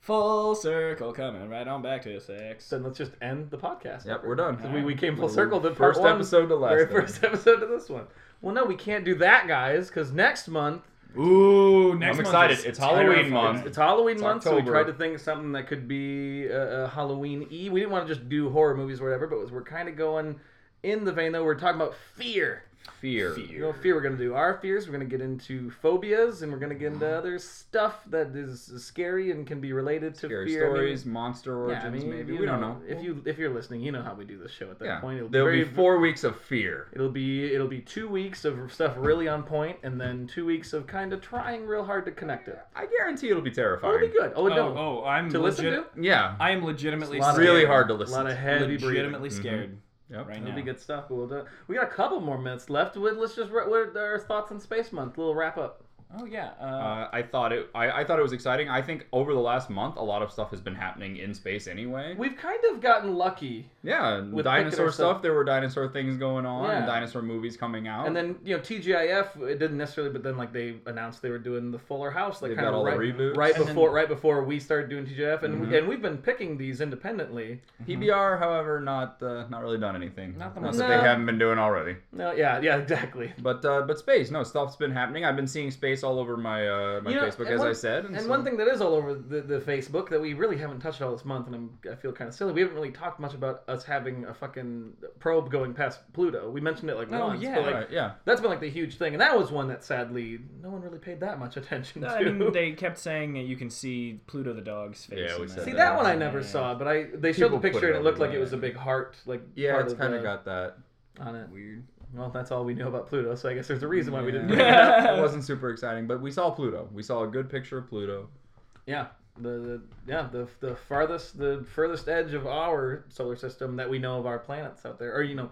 Speaker 1: Full circle, coming right on back to sex.
Speaker 2: then let's just end the podcast.
Speaker 3: Yep, we're done.
Speaker 2: 'Cause We, we came full
Speaker 3: Little
Speaker 2: circle. The
Speaker 3: first
Speaker 2: part one,
Speaker 3: episode to last
Speaker 2: Very
Speaker 3: episode.
Speaker 2: first episode to this one. Well, no, we can't do that, guys, because next month
Speaker 1: Ooh, next
Speaker 3: I'm excited. It's Halloween month.
Speaker 2: It's Halloween
Speaker 3: It's
Speaker 2: month, so we
Speaker 3: October.
Speaker 2: tried to think of something that could be uh, uh, Halloween e. We didn't want to just do horror movies or whatever, but we're kind of going in the vein though. We're talking about fear.
Speaker 3: Fear.
Speaker 2: You know, fear. We're gonna do our fears. We're gonna get into phobias, and we're gonna get
Speaker 3: Mm-hmm.
Speaker 2: into other stuff that is scary and can be related to
Speaker 3: Scary
Speaker 2: fear. I mean,
Speaker 3: stories, monster
Speaker 2: yeah,
Speaker 3: origins,
Speaker 2: I mean,
Speaker 3: maybe.
Speaker 2: you
Speaker 3: We don't know.
Speaker 2: If you if you're listening, you know how we do this show at that
Speaker 3: yeah.
Speaker 2: point. It'll be
Speaker 3: There'll
Speaker 2: very,
Speaker 3: be four weeks of fear.
Speaker 2: It'll be it'll be two weeks of stuff really on point, and then two weeks of kind of trying real hard to connect it.
Speaker 3: I guarantee it'll be terrifying.
Speaker 2: It'll be good. Oh,
Speaker 1: Oh,
Speaker 2: no.
Speaker 1: oh, I'm
Speaker 2: to listen
Speaker 1: legit-
Speaker 2: to.
Speaker 3: Yeah.
Speaker 1: I am legitimately
Speaker 2: It's a lot of-
Speaker 1: scared.
Speaker 3: really hard to listen
Speaker 2: A lot of
Speaker 3: to.
Speaker 2: heavy
Speaker 1: legitimately
Speaker 2: breathing.
Speaker 1: scared
Speaker 3: Yep.
Speaker 1: right
Speaker 2: That'll
Speaker 1: now.
Speaker 2: be good stuff. But we'll do. We got a couple more minutes left. With let's just what are our thoughts on Space Month? Little wrap up.
Speaker 1: Oh yeah. Uh,
Speaker 3: Uh, I thought it. I, I thought it was exciting. I think over the last month, a lot of stuff has been happening in space anyway.
Speaker 2: We've kind of gotten lucky,
Speaker 3: yeah, with
Speaker 2: With
Speaker 3: dinosaur
Speaker 2: particular
Speaker 3: stuff,
Speaker 2: stuff.
Speaker 3: there were dinosaur things going on, and
Speaker 2: Yeah.
Speaker 3: dinosaur movies coming out.
Speaker 2: and then you know TGIF. It didn't necessarily, but then like they announced they were doing the Fuller House, like
Speaker 3: They've
Speaker 2: kind
Speaker 3: got
Speaker 2: of
Speaker 3: all the
Speaker 2: right,
Speaker 3: reboots. Mm-hmm.
Speaker 2: right
Speaker 1: And then-
Speaker 2: before right before we started doing TGIF, and we, and we've been picking these independently.
Speaker 3: PBR, however, not uh, not really done anything.
Speaker 1: Not the
Speaker 3: Not
Speaker 1: most-
Speaker 3: that they
Speaker 2: No.
Speaker 3: haven't been doing already.
Speaker 2: No, yeah, yeah, exactly.
Speaker 3: But uh, but space, no stuff's been happening. I've been seeing space all over my uh, my
Speaker 2: You know,
Speaker 3: Facebook,
Speaker 2: and
Speaker 3: as
Speaker 2: one-
Speaker 3: I said.
Speaker 2: And
Speaker 3: so-
Speaker 2: one thing that is all over the, the Facebook that we really haven't touched all this month, and I'm, I feel kind of silly. We haven't really talked much about us having a fucking probe going past Pluto. We mentioned it like
Speaker 1: Oh,
Speaker 2: once,
Speaker 1: yeah.
Speaker 2: but like
Speaker 3: Right, yeah,
Speaker 2: that's been like the huge thing, and that was one that sadly no one really paid that much attention to.
Speaker 1: I mean, they kept saying that you can see Pluto the dog's face.
Speaker 3: Yeah, we
Speaker 1: in
Speaker 3: said
Speaker 2: See
Speaker 3: that.
Speaker 2: that one I never
Speaker 1: Yeah.
Speaker 2: saw, but I they showed
Speaker 3: People
Speaker 2: the
Speaker 3: put
Speaker 2: picture
Speaker 3: it
Speaker 2: and it looked like it
Speaker 3: everywhere.
Speaker 2: was a big heart, like
Speaker 3: yeah.
Speaker 2: part
Speaker 3: It's
Speaker 2: of
Speaker 3: kind of
Speaker 2: the-
Speaker 3: got that.
Speaker 2: on it.
Speaker 1: Weird.
Speaker 2: Well, that's all we knew about Pluto, so I guess there's a reason why we didn't.
Speaker 3: Yeah.
Speaker 2: bring it up.
Speaker 3: it wasn't super exciting, but we saw Pluto. We saw a good picture of Pluto.
Speaker 2: Yeah, the, the yeah the the farthest the furthest edge of our solar system that we know of our planets out there, or you know,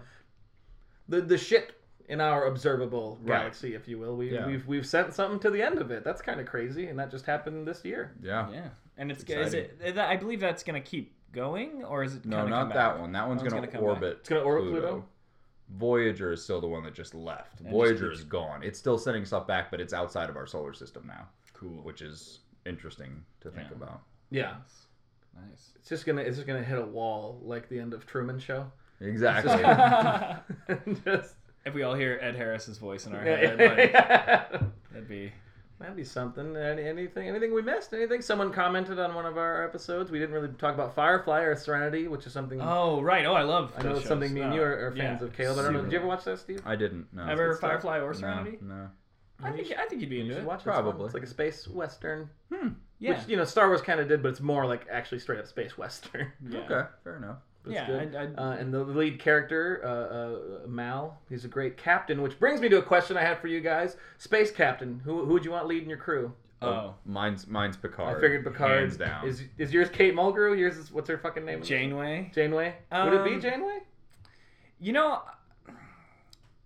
Speaker 2: the the shit in our observable
Speaker 3: Right.
Speaker 2: galaxy, if you will. We
Speaker 3: Yeah.
Speaker 2: we've we've sent something to the end of it. That's kind of crazy, and that just happened this year.
Speaker 3: Yeah.
Speaker 1: Yeah, and it's is
Speaker 3: Exciting.
Speaker 1: it? I believe that's gonna keep going, or is it?
Speaker 3: No,
Speaker 1: kinda
Speaker 3: not
Speaker 1: come
Speaker 3: that
Speaker 1: back?
Speaker 3: one. That one's,
Speaker 1: That one's
Speaker 3: gonna,
Speaker 1: gonna come
Speaker 3: orbit.
Speaker 2: It's gonna orbit Pluto?
Speaker 3: Voyager is still the one that just left.
Speaker 1: just
Speaker 3: Voyager
Speaker 1: keeps-
Speaker 3: is gone. It's still sending stuff back, but it's outside of our solar system now,
Speaker 1: Cool.
Speaker 3: which is interesting to think
Speaker 1: Yeah.
Speaker 3: about.
Speaker 2: Yeah.
Speaker 1: Nice.
Speaker 2: It's just gonna it's just gonna hit a wall like the end of Truman Show. It's
Speaker 3: Exactly.
Speaker 2: just gonna- just
Speaker 1: If we all hear Ed Harris's voice in our head, like,
Speaker 2: yeah.
Speaker 1: that'd be
Speaker 2: That'd be something. Any, anything anything we missed? Anything? Someone commented on one of our episodes. We didn't really talk about Firefly or Serenity, which is something
Speaker 1: Oh right! Oh, I love. Oh,
Speaker 2: I know it's something me and you are, are fans of. Caleb, I don't know.
Speaker 3: Super.
Speaker 2: Did you ever watch that, Steve?
Speaker 3: I didn't. No.
Speaker 1: Ever
Speaker 2: Good stuff.
Speaker 1: Firefly
Speaker 3: No,
Speaker 1: or Serenity?
Speaker 3: No.
Speaker 1: I think I think you'd be into it.
Speaker 2: Watch it. It's
Speaker 3: Probably.
Speaker 2: fun. It's like a space western,
Speaker 1: Yeah,
Speaker 2: which you know Star Wars kind of did, but it's more like actually straight up space western.
Speaker 1: yeah,
Speaker 3: Okay. Fair enough.
Speaker 2: But it's
Speaker 1: yeah.
Speaker 2: good.
Speaker 1: I'd, I'd,
Speaker 2: Uh, and the lead character, uh, uh, Mal, he's a great captain, which brings me to a question I had for you guys. Space captain, who who would you want leading your crew?
Speaker 1: oh,
Speaker 3: Mine's mine's Picard.
Speaker 2: I figured Picard.
Speaker 3: Hands down.
Speaker 2: Is is yours Kate Mulgrew? Yours is what's her fucking name?
Speaker 1: Janeway.
Speaker 2: Janeway. Would it be
Speaker 1: Um,
Speaker 2: Janeway?
Speaker 1: You know,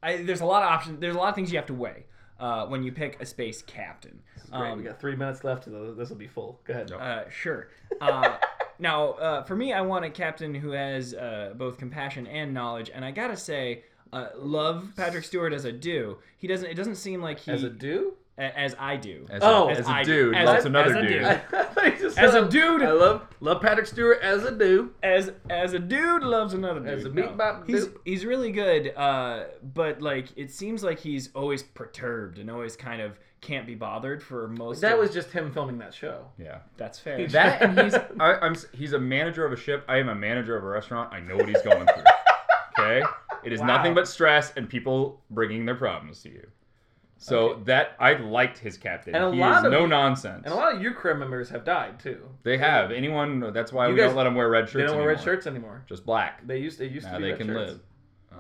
Speaker 1: I, there's a lot of options. There's a lot of things you have to weigh uh, when you pick a space captain.
Speaker 2: Great,
Speaker 1: Um,
Speaker 2: we got three minutes left. So this will be full. Go ahead.
Speaker 3: Yep.
Speaker 1: Uh, sure. Uh, now, uh, for me, I want a captain who has uh, both compassion and knowledge, and I gotta say, uh, love Patrick Stewart as I do. He doesn't. It doesn't seem like he
Speaker 2: As a do.
Speaker 1: a- as I do.
Speaker 3: As
Speaker 2: Oh,
Speaker 3: a, as
Speaker 1: as
Speaker 3: a
Speaker 1: I do.
Speaker 3: dude,
Speaker 1: As
Speaker 3: that's
Speaker 1: a-
Speaker 3: another
Speaker 1: as a
Speaker 3: dude.
Speaker 1: dude.
Speaker 2: He just
Speaker 1: As
Speaker 2: said,
Speaker 1: a dude.
Speaker 2: I love love Patrick Stewart as a dude.
Speaker 1: as as a dude loves another dude.
Speaker 2: As a
Speaker 1: No.
Speaker 2: bebop
Speaker 1: he's
Speaker 2: dude.
Speaker 1: he's really good, uh, but like it seems like he's always perturbed and always kind of can't be bothered for most.
Speaker 2: That
Speaker 1: of,
Speaker 2: was just him filming that show.
Speaker 3: Yeah.
Speaker 1: that's fair.
Speaker 3: That and he's I, I'm s- he's a manager of a ship. I am a manager of a restaurant. I know what he's going through. Okay, it is nothing but stress and people bringing their problems to you. So that I liked his captain.
Speaker 2: And a
Speaker 3: he
Speaker 2: lot
Speaker 3: is
Speaker 2: of-
Speaker 3: no nonsense.
Speaker 2: And a lot of your crew members have died too.
Speaker 3: they have anyone. That's why
Speaker 2: You
Speaker 3: we
Speaker 2: guys-
Speaker 3: don't let them wear red shirts.
Speaker 2: They don't wear red
Speaker 3: anymore.
Speaker 2: shirts anymore.
Speaker 3: Just black.
Speaker 2: They used they used
Speaker 3: Now
Speaker 2: to be
Speaker 3: they
Speaker 2: red
Speaker 3: can
Speaker 2: shirts.
Speaker 3: live.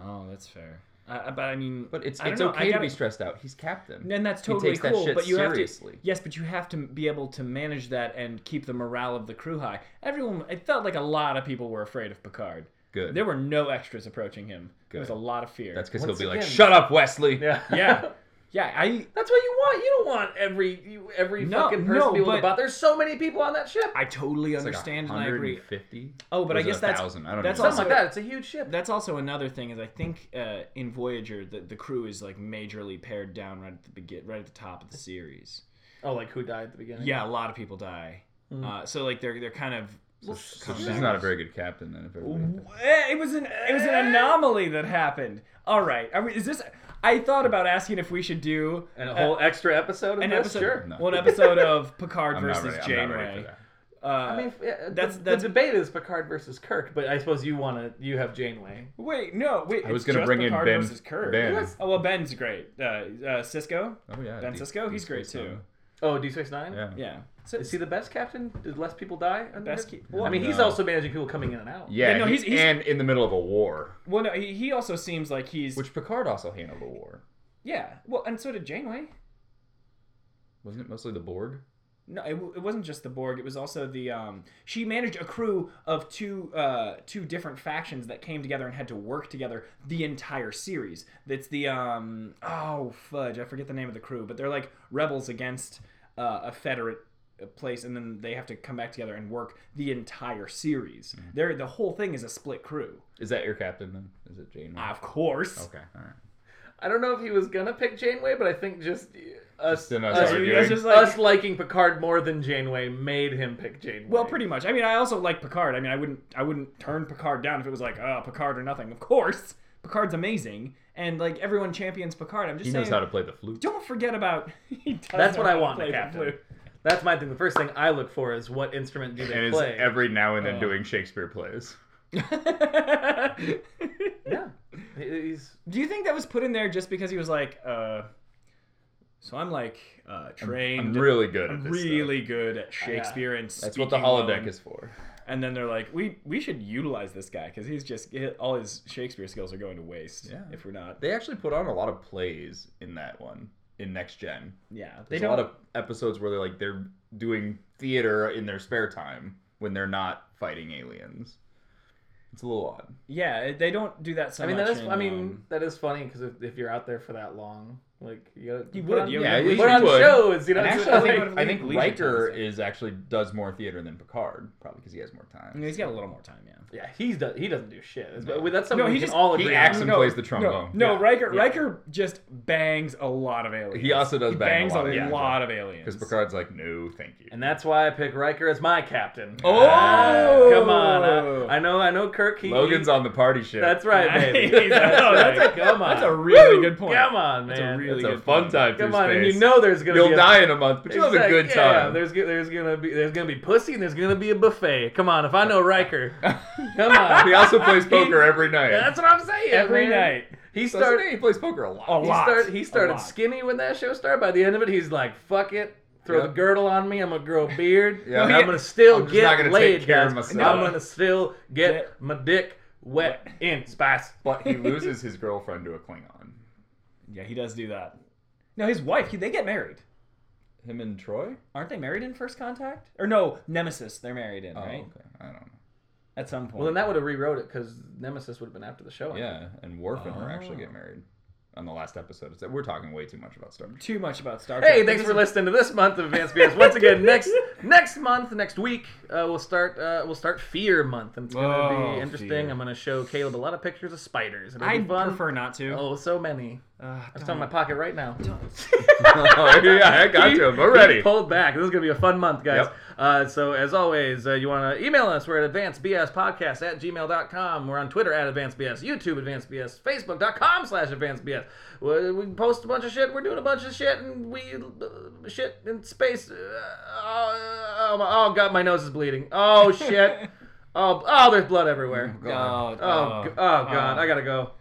Speaker 1: oh, that's fair. Uh, but I mean,
Speaker 3: But it's
Speaker 1: I don't
Speaker 3: it's
Speaker 1: know, I
Speaker 3: okay to
Speaker 1: gotta-
Speaker 3: be stressed out. He's captain.
Speaker 1: And that's
Speaker 3: He
Speaker 1: totally
Speaker 3: takes that
Speaker 1: cool.
Speaker 3: shit
Speaker 1: but you
Speaker 3: seriously.
Speaker 1: have to, yes, but you have to be able to manage that and keep the morale of the crew high. Everyone, it felt like a lot of people were afraid of Picard.
Speaker 3: Good.
Speaker 1: There were no extras approaching him. There was a
Speaker 3: Good.
Speaker 1: lot of fear.
Speaker 3: That's because he'll
Speaker 2: Once
Speaker 3: be like,
Speaker 2: again-
Speaker 3: "Shut up, Wesley."
Speaker 2: Yeah.
Speaker 1: yeah, yeah. I
Speaker 2: That's what you want. You don't want every you, every
Speaker 1: No,
Speaker 2: fucking person
Speaker 1: no,
Speaker 2: to be able to
Speaker 1: but-
Speaker 2: bot. There's so many people on that ship.
Speaker 1: I totally understand and I agree.
Speaker 3: Fifty.
Speaker 1: Oh, but I guess that's-
Speaker 3: thousand. I don't
Speaker 1: that's
Speaker 3: even know.
Speaker 2: Something like that. It's a huge ship.
Speaker 1: That's also another thing is I think uh, in Voyager the, the crew is like majorly pared down right at the begin, right at the top of the series.
Speaker 2: Oh, like who died at the beginning?
Speaker 1: Yeah, a lot of people die. Uh, so like they're they're kind of
Speaker 3: So she's not a very good captain then. If everybody-
Speaker 1: Eh, It was an it was an anomaly that happened. All right, are we, is this? I thought about asking if we should do
Speaker 2: And a
Speaker 1: uh,
Speaker 2: whole extra episode. Of
Speaker 1: an
Speaker 2: this?
Speaker 1: episode,
Speaker 2: Sure.
Speaker 3: No.
Speaker 1: one episode of Picard
Speaker 3: I'm not
Speaker 1: versus
Speaker 3: ready- I'm not ready for
Speaker 1: Janeway.
Speaker 3: that.
Speaker 1: Uh,
Speaker 2: I mean, yeah,
Speaker 1: that's-
Speaker 2: the,
Speaker 1: that's-
Speaker 2: the debate is Picard versus Kirk, but I suppose you want to. You have Janeway.
Speaker 1: wait, no, wait.
Speaker 3: I was
Speaker 1: going
Speaker 3: gonna
Speaker 1: to
Speaker 3: bring in Ben-
Speaker 1: versus Kirk.
Speaker 3: Ben. Yes.
Speaker 1: Oh well, Ben's great. Uh, uh, Cisco,
Speaker 3: Oh yeah.
Speaker 1: Ben
Speaker 3: Deep-
Speaker 1: Cisco,
Speaker 3: Deep
Speaker 1: he's great
Speaker 3: Space
Speaker 1: too.
Speaker 3: Nine.
Speaker 2: Oh, D Space Nine.
Speaker 3: Yeah.
Speaker 1: Yeah, so,
Speaker 2: Is he the best captain? Did less people die? under
Speaker 1: Best
Speaker 2: him?
Speaker 1: ca- well,
Speaker 2: I mean, he's
Speaker 3: No.
Speaker 2: also managing people coming in and out.
Speaker 3: Yeah.
Speaker 1: Yeah, no,
Speaker 3: he-
Speaker 1: he's- he's-
Speaker 3: and in the middle of a war,
Speaker 1: well, no, he, he also seems like he's
Speaker 3: which Picard also handled a war.
Speaker 1: yeah. Well, and so did Janeway.
Speaker 3: Wasn't it mostly the Borg?
Speaker 1: No, it, w- it wasn't just the Borg. It was also the um. She managed a crew of two uh two different factions that came together and had to work together the entire series. That's the um oh fudge I forget the name of the crew, but they're like rebels against uh, a federate uh, place, and then they have to come back together and work the entire series. They're the whole thing is a split crew.
Speaker 3: Is that your captain then? Is it Janeway?
Speaker 1: Of course.
Speaker 3: okay. All right.
Speaker 2: I don't know if he was gonna pick Janeway, but I think just uh, us,
Speaker 3: Just in us
Speaker 2: us,
Speaker 3: arguing.
Speaker 2: us-
Speaker 1: It's just like-
Speaker 2: us liking Picard more than Janeway made him pick Janeway.
Speaker 1: Well, pretty much. I mean, I also like Picard. I mean, I wouldn't, I wouldn't turn Picard down if it was like, uh, Picard or nothing. Of course, Picard's amazing, and like everyone champions Picard. I'm just
Speaker 3: He
Speaker 1: saying.
Speaker 3: knows how to play the flute.
Speaker 1: Don't forget about. he does
Speaker 2: That's
Speaker 1: know
Speaker 2: what I
Speaker 1: how to
Speaker 2: want in
Speaker 1: play
Speaker 2: a
Speaker 1: the
Speaker 2: captain.
Speaker 1: flute.
Speaker 2: That's my thing. The first thing I look for is what instrument do they
Speaker 3: And is
Speaker 2: play.
Speaker 3: every now
Speaker 1: Uh,
Speaker 3: and then doing Shakespeare plays.
Speaker 2: yeah, He- he's
Speaker 1: Do you think that was put in there just because he was like, uh, so I'm like uh, trained.
Speaker 3: I'm really good.
Speaker 1: I'm
Speaker 3: at this
Speaker 1: really good at Shakespeare and
Speaker 3: Stuff. That's what the
Speaker 1: speaking well
Speaker 3: holodeck
Speaker 1: and-
Speaker 3: is for.
Speaker 1: And then they're like, we we should utilize this guy because he's just all his Shakespeare skills are going to waste
Speaker 3: Yeah.
Speaker 1: if we're not.
Speaker 3: They actually put on a lot of plays in that one in Next Gen.
Speaker 1: Yeah, they
Speaker 3: There's a lot of episodes where they're like they're doing theater in their spare time when they're not fighting aliens. It's a little odd.
Speaker 1: Yeah, they don't do that so
Speaker 2: I mean
Speaker 1: much.
Speaker 2: that is
Speaker 1: in,
Speaker 2: I mean
Speaker 1: um,
Speaker 2: that is funny because if, if you're out there for that long, Like you gotta
Speaker 1: You
Speaker 2: put
Speaker 1: would,
Speaker 2: on-
Speaker 1: you
Speaker 3: Yeah,
Speaker 1: would.
Speaker 3: you
Speaker 2: put on
Speaker 3: would.
Speaker 2: shows. You know,
Speaker 3: And
Speaker 2: it's
Speaker 3: actually, I
Speaker 2: like-
Speaker 3: think, I think
Speaker 1: Leisure time's
Speaker 3: Riker
Speaker 1: there.
Speaker 3: is actually does more theater than Picard, probably because he has more
Speaker 1: I mean,
Speaker 3: time.
Speaker 1: um, he's got a little more time, yeah.
Speaker 2: yeah, he's do, he doesn't do shit. That's-
Speaker 3: No.
Speaker 2: But that's something
Speaker 1: No,
Speaker 2: we
Speaker 1: he
Speaker 2: can
Speaker 1: just-
Speaker 2: all
Speaker 3: he
Speaker 2: agree
Speaker 3: acts
Speaker 2: on.
Speaker 3: and plays the trombone.
Speaker 4: No,
Speaker 2: Yeah.
Speaker 4: Riker
Speaker 2: Yeah.
Speaker 4: Riker just bangs a lot of aliens.
Speaker 3: He also does
Speaker 4: He
Speaker 3: bang a
Speaker 4: bangs
Speaker 3: lot, yeah.
Speaker 4: lot of aliens.
Speaker 3: Because Picard's like, no, thank you.
Speaker 2: And that's why I pick Riker as my captain.
Speaker 4: Oh,
Speaker 2: come on! I, I know, I know, Kirk. He,
Speaker 3: Oh! Logan's on the party ship.
Speaker 2: That's right, baby.
Speaker 4: Nice.
Speaker 2: that's,
Speaker 1: oh,
Speaker 4: No,
Speaker 2: right.
Speaker 4: that's a-
Speaker 2: come on.
Speaker 4: that's a really good point.
Speaker 2: Come on, man.
Speaker 4: That's a really
Speaker 3: It's
Speaker 4: good
Speaker 3: a fun
Speaker 4: point.
Speaker 3: time.
Speaker 2: Come
Speaker 3: through
Speaker 2: on, and
Speaker 3: space.
Speaker 2: you know there's gonna
Speaker 3: You'll
Speaker 2: be a,
Speaker 3: die in a month, but you'll have a
Speaker 2: Exact-
Speaker 3: good
Speaker 2: Yeah,
Speaker 3: time.
Speaker 2: there's go- there's gonna be there's gonna be pussy and there's gonna be a buffet. Come on, if I know Riker, come on.
Speaker 3: he also plays poker every night.
Speaker 2: That's what I'm saying.
Speaker 4: Every
Speaker 2: man.
Speaker 4: night.
Speaker 2: he
Speaker 3: Doesn't
Speaker 2: started.
Speaker 3: he? he plays poker a lot.
Speaker 2: He,
Speaker 4: lot.
Speaker 2: start, he
Speaker 4: A
Speaker 2: started
Speaker 4: lot.
Speaker 2: skinny when that show started. By the end of it, he's like, "Fuck it, throw
Speaker 3: Yep.
Speaker 2: the girdle on me. I'm gonna grow a beard.
Speaker 3: Yeah.
Speaker 2: and
Speaker 3: No,
Speaker 2: I'm
Speaker 3: he-
Speaker 2: gonna still
Speaker 3: I'm just
Speaker 2: get
Speaker 3: not gonna
Speaker 2: laid,
Speaker 3: take care of
Speaker 2: guys.
Speaker 3: myself."
Speaker 2: I'm gonna still get
Speaker 4: Yeah.
Speaker 2: my dick wet in spice."
Speaker 3: But he loses his girlfriend to a Klingon.
Speaker 1: Yeah, he does do that. No, his wife, he, they get married.
Speaker 3: Him and Troy?
Speaker 1: Aren't they married in First Contact? Or no, Nemesis, they're married in,
Speaker 3: Oh,
Speaker 1: right?
Speaker 3: okay. I don't know.
Speaker 1: At some point.
Speaker 2: Well, then that would have rewrote it because Nemesis would have been after the show. I think.
Speaker 3: Yeah, and Worf and her actually
Speaker 1: Oh.
Speaker 3: get married on the last episode. It's that we're talking way too much about Star Trek.
Speaker 1: Too much about Star Trek.
Speaker 2: Hey,
Speaker 1: But
Speaker 2: thanks
Speaker 1: this
Speaker 2: for
Speaker 1: is-
Speaker 2: listening to this month of Advanced BS. Once again, next next month, next week, uh, we'll start uh, we'll start Fear Month, and it's gonna
Speaker 4: Oh,
Speaker 2: be interesting.
Speaker 4: fear.
Speaker 2: I'm gonna show Caleb a lot of pictures of spiders. It'll
Speaker 4: I
Speaker 2: be fun.
Speaker 4: prefer not to.
Speaker 2: Oh, so many.
Speaker 4: Ah,
Speaker 2: It's in my pocket right now.
Speaker 3: oh, yeah, I got to him already.
Speaker 2: He pulled back. This is going to be a fun month, guys.
Speaker 3: Yep.
Speaker 2: Uh, so, as always, uh, you want to email us. We're at advancedbspodcast at gmail.com. We're on Twitter at advancedbs, YouTube advancedbs, Facebook.com slash advancedbs. We, we post a bunch of shit. We're doing a bunch of shit, and we uh, shit in space. Uh, oh, oh, my- oh, God, my nose is bleeding. Oh, shit. oh, oh, there's blood everywhere.
Speaker 3: God.
Speaker 2: Oh, g- oh God, I got to go.